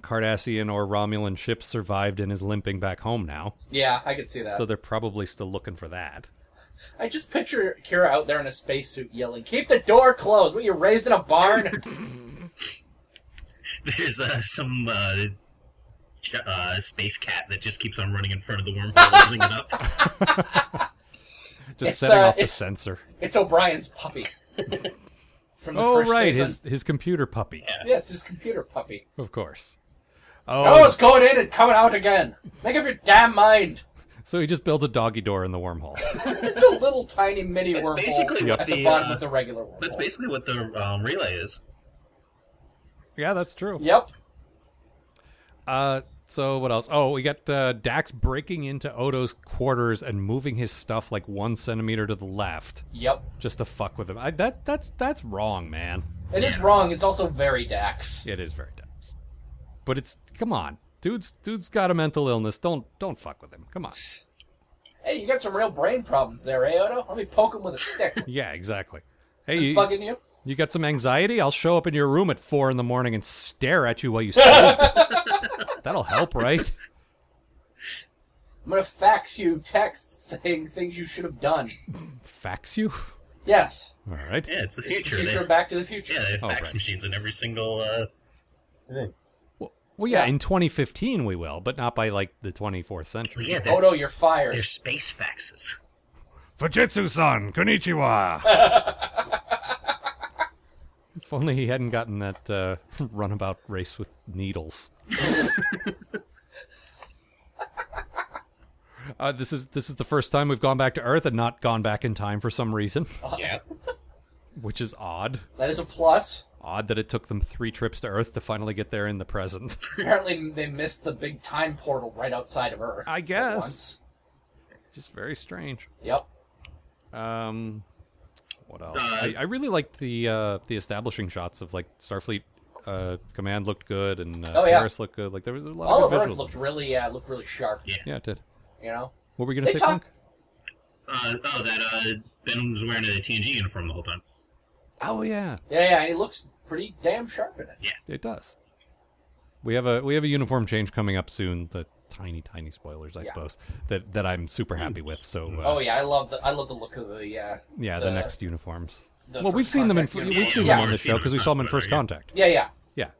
Cardassian or Romulan ship survived and is limping back home now. Yeah, I could see that. So they're probably still looking for that. I just picture Kira out there in a spacesuit yelling, Keep the door closed! What, you raised in a barn? There's uh, some uh, j- uh, space cat that just keeps on running in front of the wormhole, holding it up. Just It's, setting uh, off the it's- sensor. it's O'Brien's puppy. From the Oh first right, season. his his computer puppy, Yes, his computer puppy. of course. Oh, Oh, it's going in and coming out again. Make up your damn mind. so he just builds a doggy door in the wormhole. It's a little tiny mini That's wormhole basically what at the, the, bottom uh, of the regular wormhole. That's basically what the um, relay is. yeah, that's true. Yep. Uh, so what else? Oh, we got uh, Dax breaking into Odo's quarters and moving his stuff like one centimeter to the left Yep. just to fuck with him. I, that that's that's wrong, man. It is wrong. It's also very Dax. It is very Dax, but it's come on, dude's dude's got a mental illness. Don't don't fuck with him. Come on. Hey, you got some real brain problems there, eh, Odo? Let me poke him with a stick. Yeah, exactly. Hey, It's you, bugging you? you got some anxiety? I'll show up in your room at four in the morning and stare at you while you sleep. That'll help, right? I'm gonna fax you texts saying things you should have done. Fax you. Yes. All right. Yeah, it's the future. Future They, of Back to the Future. yeah, they have Oh, fax right. machines in every single. Uh, thing. Well, well yeah, Yeah. in 2015 we will, but not by like the 24th century. yeah, they're, Odo, you're fired. they're space faxes. Fujitsu-san, konnichiwa! if only he hadn't gotten that uh, runabout race with needles. uh, this is this is the first time we've gone back to Earth and not gone back in time for some reason, Yeah, which is odd. That is a plus. Odd that it took them three trips to Earth to finally get there in the present. Apparently, they missed the big time portal right outside of Earth. I for guess. once. Just very strange. Yep. Um, what else? Uh, I, I really liked the uh, the establishing shots of like Starfleet uh, Command looked good and uh, Oh, yeah. Paris looked good. Like there was a lot All of of good Earth visuals. looked really, uh, looked really sharp. Yeah. Yeah, it did. You know. What were you gonna They say, talk- Frank? Uh, oh, that uh, Ben was wearing a TNG uniform the whole time. Oh yeah, Yeah, yeah. And he looks pretty damn sharp in it. it does. We have a we have a uniform change coming up soon. The tiny tiny spoilers, I Yeah. suppose that that I'm super happy with. So uh, Oh yeah, I love the I love the look of the. Uh, yeah, the, the- next uniforms. the well, we've first seen them in contact fr- we've uniform. seen Yeah. them on the We've seen show them because in we saw them in First First Contact, Contact. yeah, yeah. Yeah,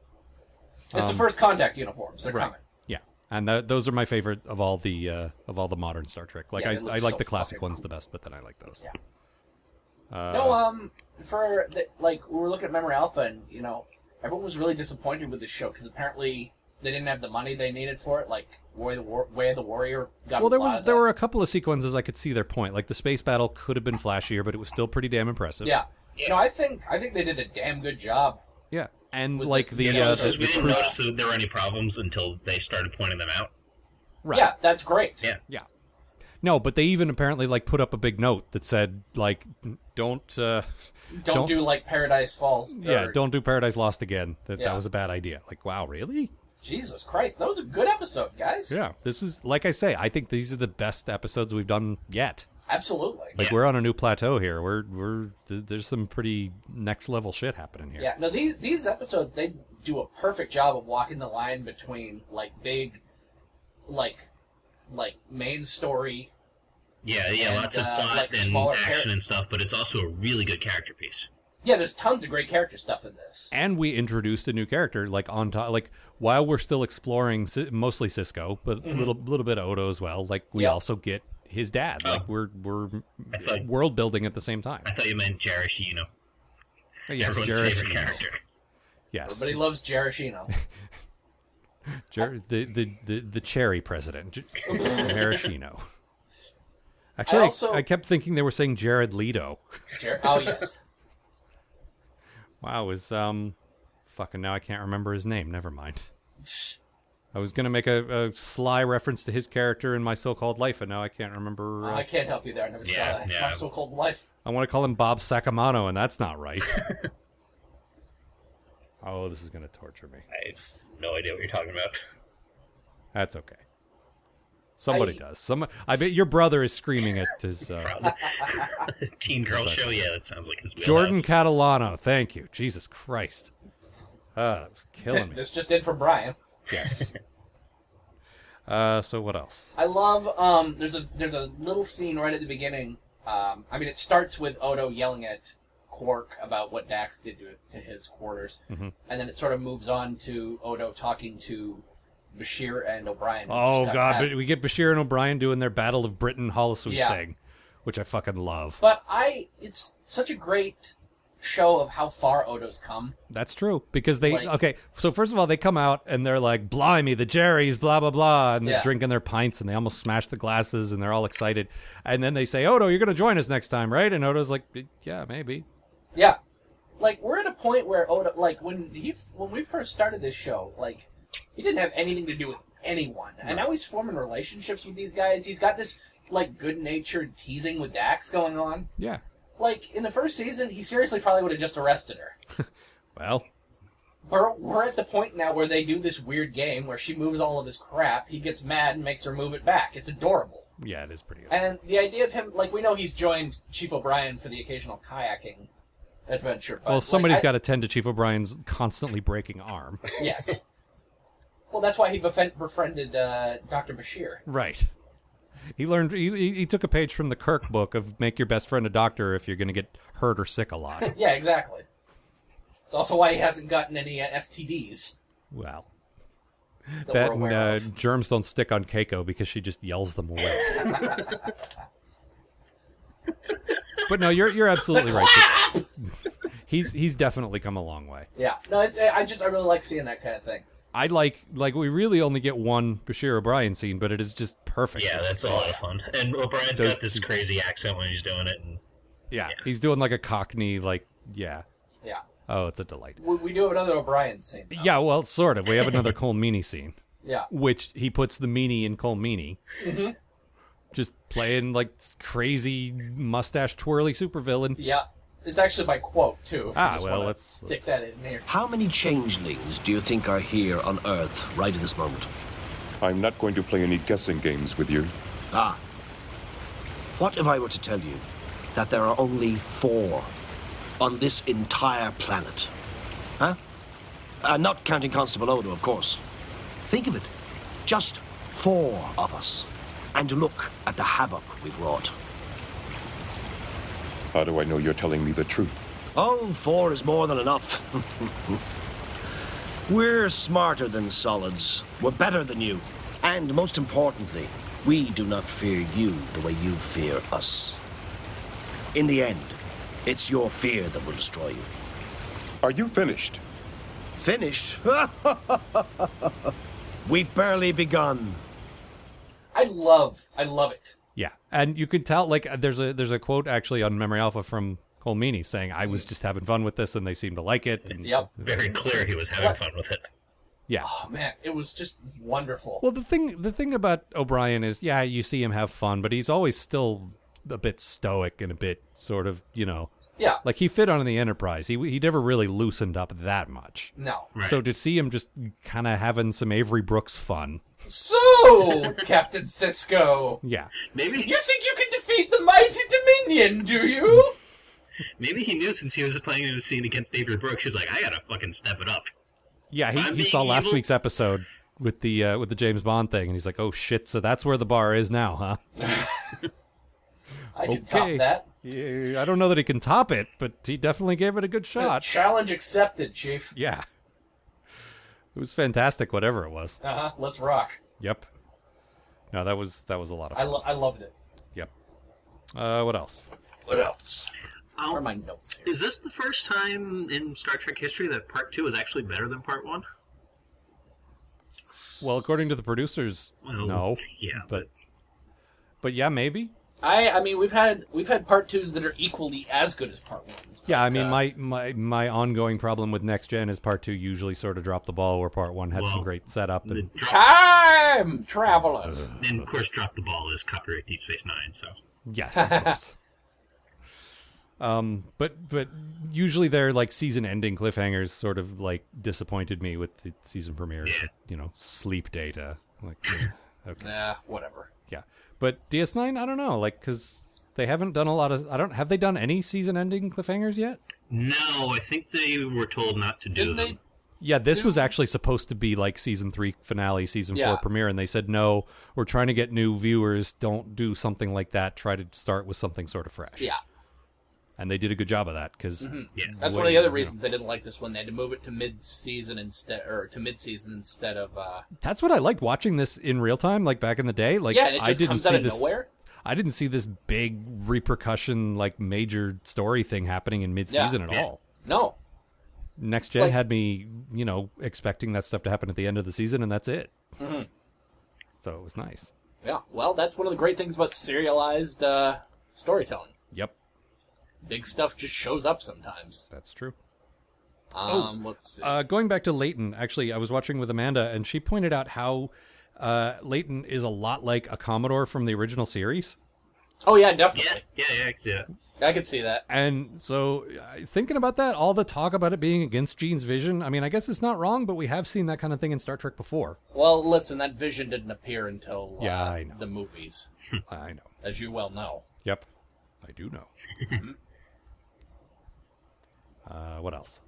It's Um, the first contact uniforms. They're coming. Yeah, and th- those are my favorite of all the uh, of all the modern Star Trek. Like Yeah, I, they I look like so the classic fucking ones the best, but then I like those. Yeah. Uh, no, um, for the, like we were looking at Memory Alpha, and you know, everyone was really disappointed with this show because apparently they didn't have the money they needed for it. Like where the war, where the warrior got. well, there a lot was of there that. were a couple of sequences I could see their point. Like the space battle could have been flashier, but it was still pretty damn impressive. Yeah. No, I think I think they did a damn good job. yeah, and With like this- the Yeah, uh, it's the, Because we the didn't troops- notice that there were any problems until they started pointing them out. right. Yeah, that's great. Yeah. Yeah. No, but they even apparently like put up a big note that said like don't uh Don't, Don't- do like Paradise Falls. yeah, or- don't do Paradise Lost again. That Yeah. that was a bad idea. Like wow, really? Jesus Christ, that was a good episode, guys. Yeah. This is like I say, I think these are the best episodes we've done yet. Absolutely. Like Yeah. we're on a new plateau here. We're we're th- there's some pretty next level shit happening here. Yeah. No, these these episodes they do a perfect job of walking the line between like big, like, like main story. Yeah, yeah, And, lots of uh, plot like and smaller action char- and stuff, but it's also a really good character piece. Yeah, there's tons of great character stuff in this. And we introduced a new character like on top like while we're still exploring Si- mostly Cisco, but a little little bit of Odo as well. Like we Yep. also get his dad. Like we're we're I thought- world building at the same time. I thought you meant Jarish, you know. Uh, Yes, Everyone's Jarrett favorite Sheehan. character. Yes, Everybody loves Jarashino. Jer- the, the, the, the cherry president, J- Maraschino. Actually, I, also- I kept thinking they were saying Jared Leto. Jar- oh yes. Wow, is um, fucking now I can't remember his name. Never mind. I was gonna make a, a sly reference to his character in my so-called life, and now I can't remember. Oh, Uh, I can't help you there. I never Yeah, saw that. It's yeah. my so-called life. I want to call him Bob Sacamano, and that's not right. oh, this is gonna torture me. I have no idea what you're talking about. That's okay. Somebody I- does. Some. I bet your brother is screaming at his. Uh, Teen Girl Show? Yeah, that sounds like his wheelhouse. Jordan Catalano, thank you. Jesus Christ. Uh, that was killing me. This just in from Brian. yes. Uh, so what else? I love um there's a there's a little scene right at the beginning. Um I mean it starts with Odo yelling at Quark about what Dax did to, to his quarters. Mm-hmm. And then it sort of moves on to Odo talking to Bashir and O'Brien. who Oh just got God, passed. but we get Bashir and O'Brien doing their Battle of Britain Holosuite Yeah. thing, which I fucking love. But I it's such a great show of how far Odo's come. That's true because they Like- okay. So first of all, they come out and they're like, "Blimey, the Jerry's, blah blah blah," and they're Yeah. drinking their pints and they almost smash the glasses and they're all excited. And then they say, "Odo, you're going to join us next time, right?" And Odo's like, "Yeah, maybe." Yeah. Like we're at a point where Odo like when he when we first started this show, like he didn't have anything to do with anyone. And now he's forming relationships with these guys. He's got this like good-natured teasing with Dax going on. Yeah. Like in the first season, he seriously probably would have just arrested her. Well, We're, we're at the point now where they do this weird game where she moves all of his crap, he gets mad and makes her move it back. It's adorable. yeah, it is pretty. Good. And the idea of him, like, we know he's joined Chief O'Brien for the occasional kayaking adventure. But, Well, somebody's like, I- got to tend to Chief O'Brien's constantly breaking arm. Yes. well, that's why he befen- befriended uh, Dr. Bashir. right. He learned. He, he- he took a page from the Kirk book of make your best friend a doctor if you're going to get hurt or sick a lot. Yeah, exactly. It's also why he hasn't gotten any uh, STDs well, that, that we're and, aware uh, of. germs don't stick on Keiko because she just yells them away. but no, you're you're absolutely right. He's he's definitely come a long way. Yeah. No, it's, I just, I really like seeing that kind of thing. I like like we really only get one Bashir O'Brien scene, but it is just perfect. Yeah, It's- that's a lot of fun. And O'Brien's Those got this two- crazy accent when he's doing it. And Yeah, he's doing like a Cockney, like yeah. Yeah. Oh, it's a delight. We, we do have another O'Brien scene. though. Yeah, well, sort of. We have another Cole Meany scene, Yeah. which he puts the meanie in Cole Meany, just playing like crazy mustache twirly supervillain. Yeah. It's actually by quote, too. if you Ah, just well, wanna let's- Stick let's- that in here. How many changelings do you think are here on Earth right at this moment? I'm not going to play any guessing games with you. Ah. What if I were to tell you that there are only four on this entire planet? Huh? Uh, not counting Constable Odo, of course. Think of it. Just four of us. And look at the havoc we've wrought. How do I know you're telling me the truth? Oh, four is more than enough. We're smarter than solids. We're better than you. And most importantly, we do not fear you the way you fear us. In the end, it's your fear that will destroy you. Are you finished? Finished? We've barely begun. I love, I love it. Yeah, and you can tell like uh, there's a there's a quote actually on Memory Alpha from Cole Meany saying, "I was just having fun with this, and they seemed to like it." And, Yep. very clear he was having What? fun with it. Yeah. Oh, man. It was just wonderful. Well, the thing the thing about O'Brien is, yeah, you see him have fun, but he's always still a bit stoic and a bit sort of you know yeah. like he fit on the Enterprise. He he never really loosened up that much. No. So to see him just kind of having some Avery Brooks fun, So, Captain Cisco, yeah, Maybe he, you think you can defeat the mighty Dominion, do you? maybe he knew since he was playing in a scene against David Brooks, he's like, I gotta fucking step it up. yeah. He, I'm he saw being last evil. week's episode with the uh, with the James Bond thing, and he's like, "Oh shit!" So that's where the bar is now, huh? I can top that. Yeah, I don't know that he can top it, but he definitely gave it a good shot. Challenge accepted, Chief. Yeah, it was fantastic. Whatever it was. Uh huh. Let's rock. Yep. No, that was that was a lot of I, fun. lo- I loved it. yep. Uh, what else? What else? Or I'll, my notes here. is this the first time in Star Trek history that part two is actually better than part one? Well, according to the producers, Well, no. yeah, but but yeah, maybe. I I mean we've had we've had part twos that are equally as good as part ones. Yeah, I but, mean, uh, my, my my ongoing problem with next gen is part two usually sort of dropped the ball where part one had some Well, great setup. The And, drop, time travelers. and of course, drop the ball is copyright Deep Space Nine. So yes, of course. Um, but but usually their like season ending cliffhangers sort of like disappointed me with the season premieres. Yeah. You know, sleep data. Like, okay. Nah, whatever. Yeah, but DS9, I don't know, like because they haven't done a lot of. I don't have they done any season-ending cliffhangers yet? no, I think they were told not to do Didn't them. they? Yeah, this was actually supposed to be like season three finale, season Yeah. four premiere, and they said no. We're trying to get new viewers. Don't do something like that. Try to start with something sort of fresh. Yeah, Mm-hmm. and they did a good job of that because that's Way one of the other down. reasons I didn't like this one. They had to move it to mid season instead, or to mid season instead of. uh that's what I liked watching this in real time, like back in the day. Like Yeah, and it I just didn't comes see out of this. nowhere. I didn't see this big repercussion, like major story thing happening in mid-season at Yeah. all. No, Next gen like- had me, you know, expecting that stuff to happen at the end of the season, and that's it. Mm-hmm. So it was nice. yeah. Well, that's one of the great things about serialized uh storytelling. Yep, Big stuff just shows up sometimes. that's true. Um, let's see. Uh, going back to Leighton, actually, I was watching with Amanda, and she pointed out how uh, Leighton is a lot like a Commodore from the original series. oh yeah, definitely. Yeah, yeah, yeah, I can see that. I could see that. And so, uh, thinking about that, all the talk about it being against Gene's vision, I mean, I guess it's not wrong, but we have seen that kind of thing in Star Trek before. Well, listen, that vision didn't appear until uh, Yeah, I know. the movies, I know. as you well know. Yep. I do know. uh, what else?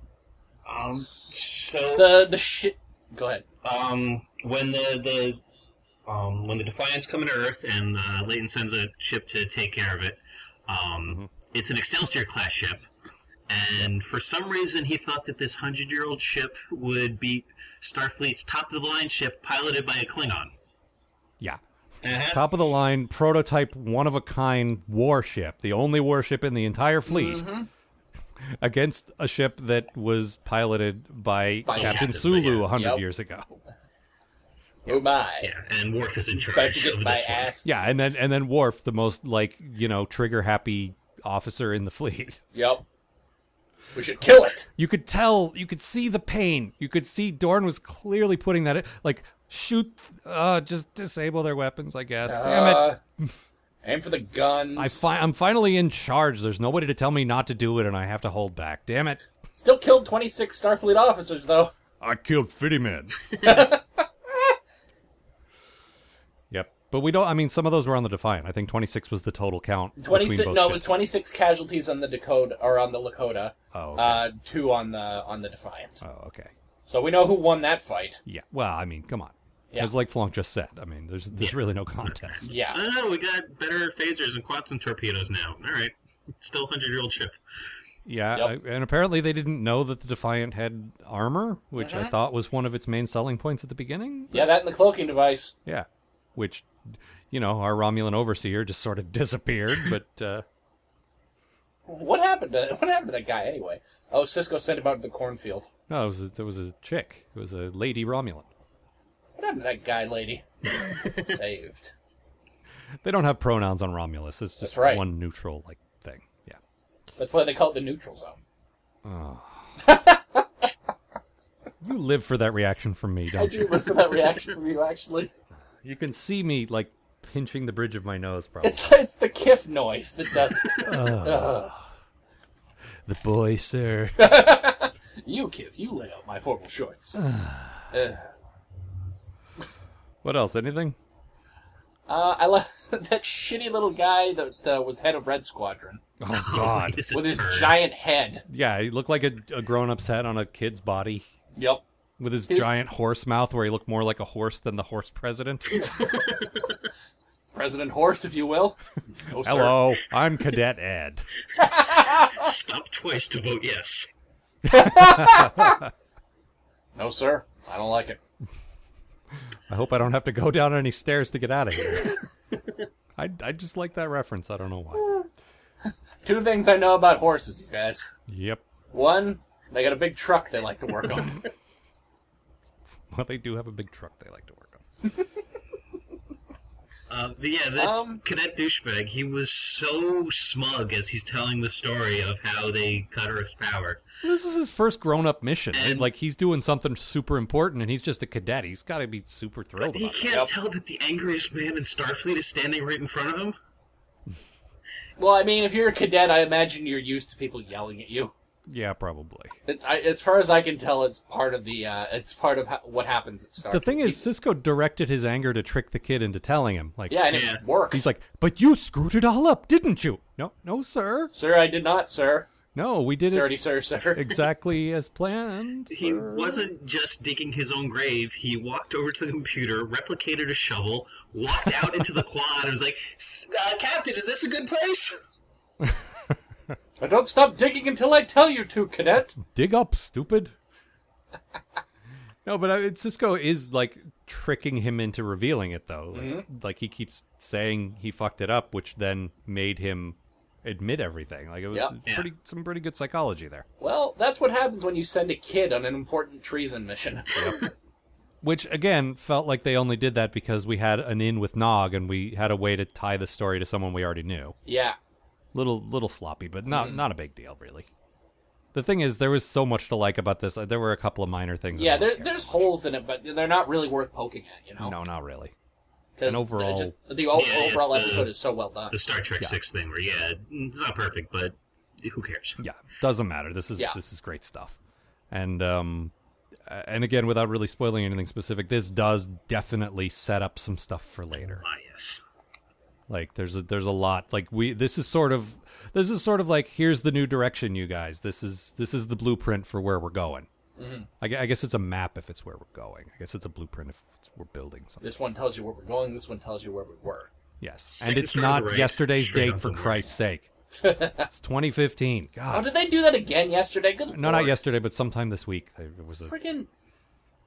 Um, so The the shit. Go ahead. um, when the the um, when the Defiant's coming to Earth and uh, Leighton sends a ship to take care of it, um, it's an Excelsior class ship, and for some reason he thought that this hundred year old ship would beat Starfleet's top of the line ship piloted by a Klingon. Yeah. Uh-huh. Top of the line, prototype, one of a kind warship, the only warship in the entire fleet, Mm-hmm. against a ship that was piloted by, By Captain Captain, Sulu a yeah. 100 Yep. years ago. Oh my! Yeah, and Worf is in About to charge get of my this one. ass. Yeah, and then and then Worf, the most like you know trigger happy officer in the fleet. Yep. We should kill it. You could tell, you could see the pain. You could see Dorn was clearly putting that in, like shoot, uh, just disable their weapons. I guess. Uh, Damn it! Aim for the guns. I fi- I'm finally in charge. There's nobody to tell me not to do it, and I have to hold back. Damn it! Still killed 26 Starfleet officers, though. I killed Fitty Man. yep. But we don't. I mean, some of those were on the Defiant. I think 26 was the total count. between 26. both No, it was ships. 26 casualties on the Dakota or on the Lakota. Oh, okay. Uh, two on the on the Defiant. Oh, okay. So we know who won that fight. Yeah. Well, I mean, come on. Yeah. As like Flonk just said, I mean, there's there's really no contest. I Yeah. don't know. We got better phasers and quantum torpedoes now. All right, still hundred year old ship. Yeah, Yep. I- and apparently they didn't know that the Defiant had armor, which Uh-huh. I thought was one of its main selling points at the beginning. Yeah, that and the cloaking device. Yeah, which, you know, our Romulan overseer just sort of disappeared. But uh, What happened to what happened to that guy anyway? Oh, Cisco sent him out to the cornfield. no, it was a, it was a chick. It was a lady Romulan. What happened to that guy, lady? Saved. They don't have pronouns on Romulus. It's just That's right. one neutral like thing. Yeah. That's why they call it the neutral zone. You live for that reaction from me, I don't do you? look for that reaction from you, actually. You can see me like pinching the bridge of my nose, probably. It's it's the kiff noise that does it. the boy, sir. You kiff, you lay out my formal shorts. what else? Anything? Uh, I love that shitty little guy that uh, was head of Red Squadron Oh God. He's a with his turd. giant head. yeah, he looked like a, a grown-up's head on a kid's body. Yep. With his giant horse mouth, where he looked more like a horse than the horse president. President Horse, if you will. No, sir. Hello, I'm Cadet Ed. Stop twice to vote yes. No, sir. I don't like it. I hope I don't have to go down any stairs to get out of here. I, I just like that reference. I don't know why. Two things I know about horses, you guys. Yep. One, they got a big truck they like to work on. Well, they do have a big truck they like to work on. Uh, but yeah, this Um, cadet douchebag, he was so smug as he's telling the story of how they cut Earth's power. This is his first grown-up mission. right? And- Like he's doing something super important, and he's just a cadet. He's got to be super thrilled He about it. can't Yep. tell that the angriest man in Starfleet is standing right in front of him. well, I mean, if you're a cadet, I imagine you're used to people yelling at you. Yeah, probably. It, I, as far as I can tell, it's part of the. Uh, it's part of ho- what happens at Star. The thing Trek. is, Cisco directed his anger to trick the kid into telling him. Like, yeah, and Yeah. it worked. he's like, "But you screwed it all up, didn't you?" No, no, sir. "Sir, I did not, sir. No, we did Sirty, it sir, sir." exactly as planned. He sir." wasn't just digging his own grave. He walked over to the computer, replicated a shovel, walked out into the quad, and was like, "S- uh, "Captain, is this a good place?" But don't stop digging until I tell you to, cadet. dig up, stupid. no, but I, Cisco is like tricking him into revealing it, though. Like, like, he keeps saying he fucked it up, which then made him admit everything. Like it was Yep. it's pretty some pretty good psychology there. Well, that's what happens when you send a kid on an important treason mission. Which again felt like they only did that because we had an in with Nog and we had a way to tie the story to someone we already knew. yeah. little little sloppy, but not Mm-hmm. not a big deal really. The thing is, there was so much to like about this. Uh, There were a couple of minor things. I Yeah, don't there, care. there's holes in it, but they're not really worth poking at, you know? no, not really. 'Cause And overall- they're just- the o- Yeah, it's overall the- episode is so well done. The Star Trek Six thing, where yeah, it's not perfect, but who cares? Yeah, doesn't matter. This is Yeah. this is great stuff, and um, uh, and again, without really spoiling anything specific, this does definitely set up some stuff for later. Ah, yes. Like there's a, there's a lot. Like we this is sort of this is sort of like here's the new direction, you guys. This is this is the blueprint for where we're going. Mm-hmm. I, gu- I guess it's a map if it's where we're going. I guess it's a blueprint if it's, we're building something. This one tells you where we're going, this one tells you where we were. Yes, and Second it's turn not right, yesterday's straight date up for the road. Christ's sake. it's 2015. Oh, God, did they do that again yesterday? Good no, not lord. yesterday, but sometime this week. There was a Freaking.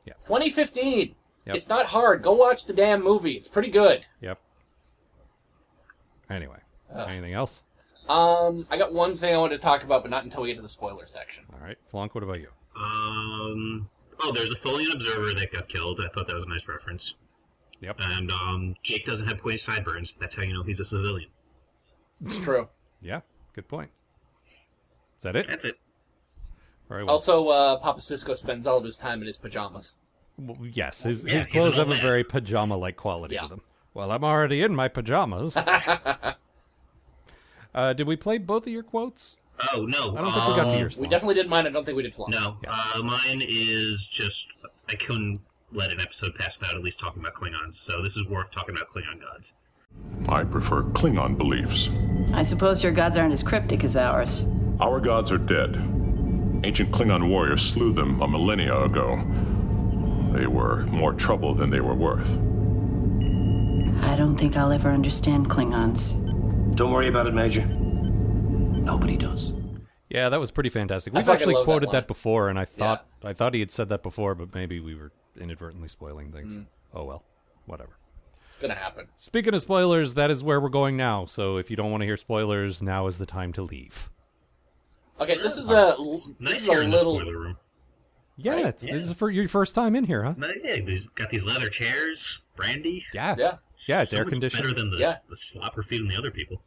Yeah. 2015. Yep. It's not hard. Go watch the damn movie. It's pretty good. yep. Anyway, anything else? Um, I got one thing I want to talk about, but not until we get to the spoiler section. All right, Flonk, what about you? Um. Oh, there's a Folian Observer that got killed. I thought that was a nice reference. Yep, And um, Jake doesn't have pointy sideburns. That's how you know he's a civilian. It's true. yeah, good point. Is that it? That's it. Very well. Also, uh, Papa Cisco spends all of his time in his pajamas. Well, yes, his, Yeah, his he's an clothes have old a man. very pajama-like quality Yeah. to them. Well, I'm already in my pajamas. uh, did we play both of your quotes? Oh no. I don't think we got um, to yours. We Flonk. definitely did mine. I don't think we did Flunks. No, uh, mine is just I couldn't let an episode pass without at least talking about Klingons. So this is worth talking about Klingon gods. I prefer Klingon beliefs. I suppose your gods aren't as cryptic as ours. Our gods are dead. Ancient Klingon warriors slew them a millennia ago. They were more trouble than they were worth. I don't think I'll ever understand Klingons. Don't worry about it, Major. Nobody does. Yeah, that was pretty fantastic. We've fucking actually love that quoted that, line. before, and I thought I thought he had said that before, but maybe we were inadvertently spoiling things. Mm. Oh well, whatever. It's gonna happen. Speaking of spoilers, that is where we're going now. So if you don't want to hear spoilers, now is the time to leave. Okay, this is a l- Nice this is a here in the little spoiler room. Yeah, it's, this is for your first time in here, huh? No, yeah, he's got these leather chairs, brandy. Yeah, yeah. yeah. It's So air much conditioned. Better than the, Yeah. the slop we're feeding the other people.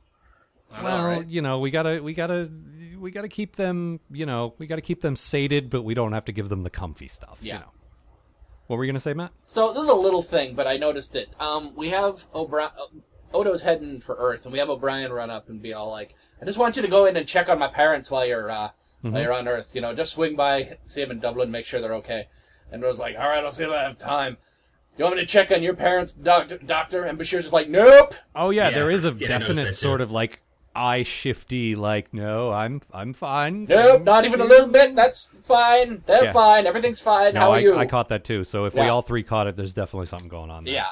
I know, well, right? you know, we gotta, we gotta, we gotta keep them. You know, we gotta keep them sated, but we don't have to give them the comfy stuff. Yeah. You know. What were you gonna say, Matt? So this is a little thing, but I noticed it. Um, we have O'Brien. Odo's heading for Earth, and we have O'Brien run up and be all like, "I just want you to go in and check on my parents while you're uh, Mm-hmm. while you're on Earth. You know, just swing by, see them in Dublin, make sure they're okay." And Odo's like, "All right, I'll see if I have time." You want me to check on your parents, doctor? Doctor? And Bashir's just like, "Nope." Oh yeah, Yeah, there is a yeah, I noticed that, definite too. sort of like eye shifty, like no, I'm I'm fine. Nope, not even a little bit. That's fine. They're Yeah. fine. Everything's fine. No, How are I, you? I caught that too. So if we Yeah. all three caught it, there's definitely something going on. There. yeah,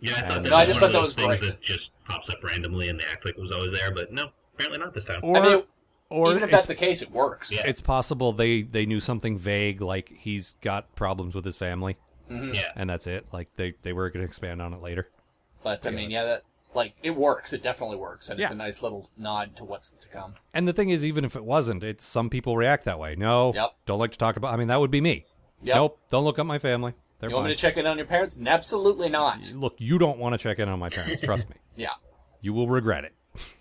Yeah, I thought that No, I was just one thought that of those was things great. that just pops up randomly and they act like it was always there, but no, apparently not this time. Or I mean, or even if it's, that's the case, it works. Yeah. it's possible they they knew something vague, like he's got problems with his family, yeah, and that's it. Like they they were going to expand on it later. But I mean, yeah, that Like it works. It definitely works, and it's Yeah. a nice little nod to what's to come. And the thing is, even if it wasn't, it's some people react that way. No, Yep. don't like to talk about. I mean, that would be me. Yep. Nope, don't look up my family. They're You want fine. me to check in on your parents? Absolutely not. look, you don't want to check in on my parents. trust me, Yeah. you will regret it.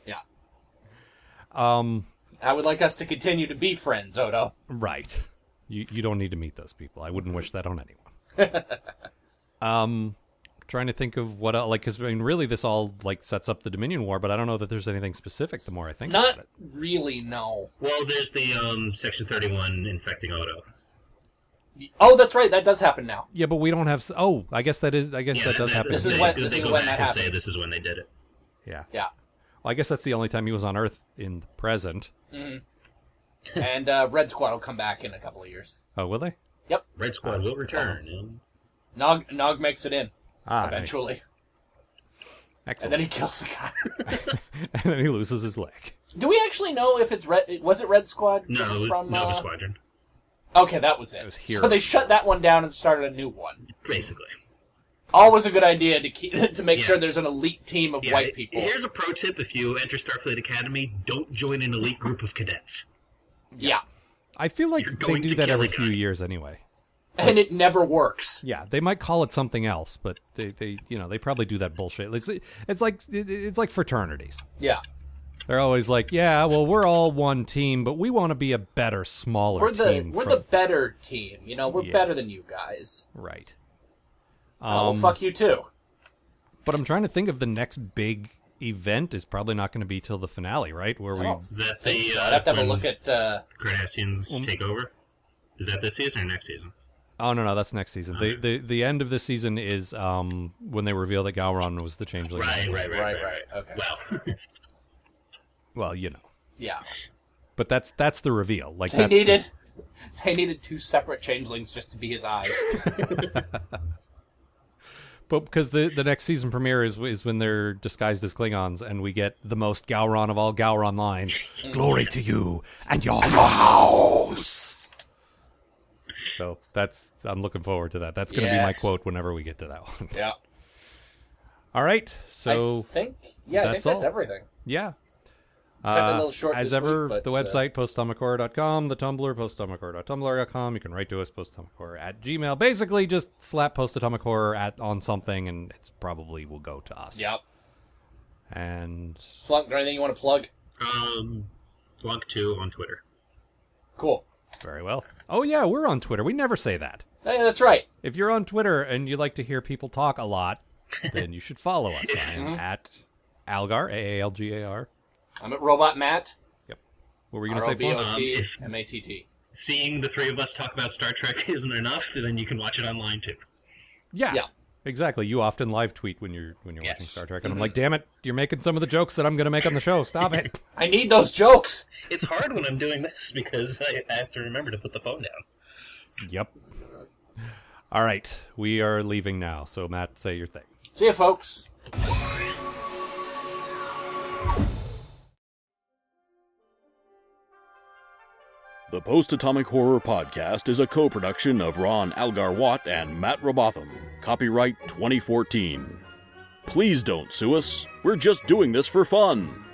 Yeah. Um, I would like us to continue to be friends, Odo. right. You you don't need to meet those people. I wouldn't wish that on anyone. um, trying to think of what el like because I mean, really, this all like sets up the Dominion War, but I don't know that there's anything specific. The more I think about Not it, really, no. Well, there's the um, Section 31 infecting Odo. Oh, that's right. That does happen now. yeah, but we don't have. s- Oh, I guess that is. I guess that does happen. This they, is when- they this go is when back that and say happens. this is when they did it. yeah. Yeah. Well, I guess that's the only time he was on Earth in the present. and uh, Red Squad will come back in a couple of years. Oh, will they? Red Oh. Squad will return. Oh. and Nog Nog makes it in Ah, nice. eventually, and Excellent. then he kills a guy. and then he loses his leg. Do we actually know if it's Red? Was it Red Squad? No, that it was from, Nova uh, Squadron, Okay, that was it. was Hero. So they shut that one down and started a new one. basically. Always a good idea to keep to make Yeah. sure there's an elite team of Yeah, white people. Here's a pro tip if you enter Starfleet Academy, don't join an elite group of cadets. yeah, I feel like You're they going do to that kill every a few guy. years anyway. and it never works. Yeah, they might call it something else, but they, they you know, they probably do that bullshit. It's, it's like it's like fraternities. Yeah, They're always like, yeah, well, we're all one team, but we want to be a better, smaller we're the team. we're from- the better team. You know, we're Yeah. better than you guys. right. Oh, well, Um, fuck you too. But I'm trying to think of the next big event is probably not going to be till the finale, right? Where we I don't Is that think the, so. uh, I'd have to have a when- look at. Uh, Cardassians Um, take over. Is that this season or next season? Oh no, no, that's next season. The the the end of this season is um when they reveal that Gowron was the changeling. Right, right, right, Right, right, right. right, okay. Well, Well, you know. yeah. But that's that's the reveal. Like They that's needed they needed two separate changelings just to be his eyes. but because the the next season premiere is is when they're disguised as Klingons and we get the most Gowron of all Gowron lines. Glory to you and your house. So that's I'm looking forward to that. That's going to be my Yes. quote whenever we get to that one. yeah. All right. I So think yeah, I think that's that's all. everything. Yeah. Uh, Tried that little short as this ever, week, but, the uh, website, posttomacora.com, the Tumblr, posttomacora.tumblr.com. You can write to us, posttomacora at gmail. Basically, just slap postatomic horror at, on something, and it's probably will go to us. Yep. And Flunk, got anything you want to plug? um, Blanc 2 on Twitter. Cool. very well. Oh, yeah, we're on Twitter. We never say that. Oh, yeah, that's right. If you're on Twitter and you like to hear people talk a lot, then you should follow us. I am at Algar, A A L G A R. I'm at Robot Matt. What were you R going O to say, B Fon? O T Um, if- M A T T. Seeing the three of us talk about Star Trek isn't enough, then you can watch it online too. Yeah. Yeah. Exactly. You often live tweet when you're when you're watching Yes. Star Trek, and I'm like, "Damn it, you're making some of the jokes that I'm going to make on the show. Stop it." I need those jokes. It's hard when I'm doing this because I, I have to remember to put the phone down. yep. All right, we are leaving now. So Matt, say your thing. See you folks. The Post Atomic Horror Podcast is a co production of Ron Algar Watt and Matt Robotham. Copyright 2014. Please don't sue us. We're just doing this for fun.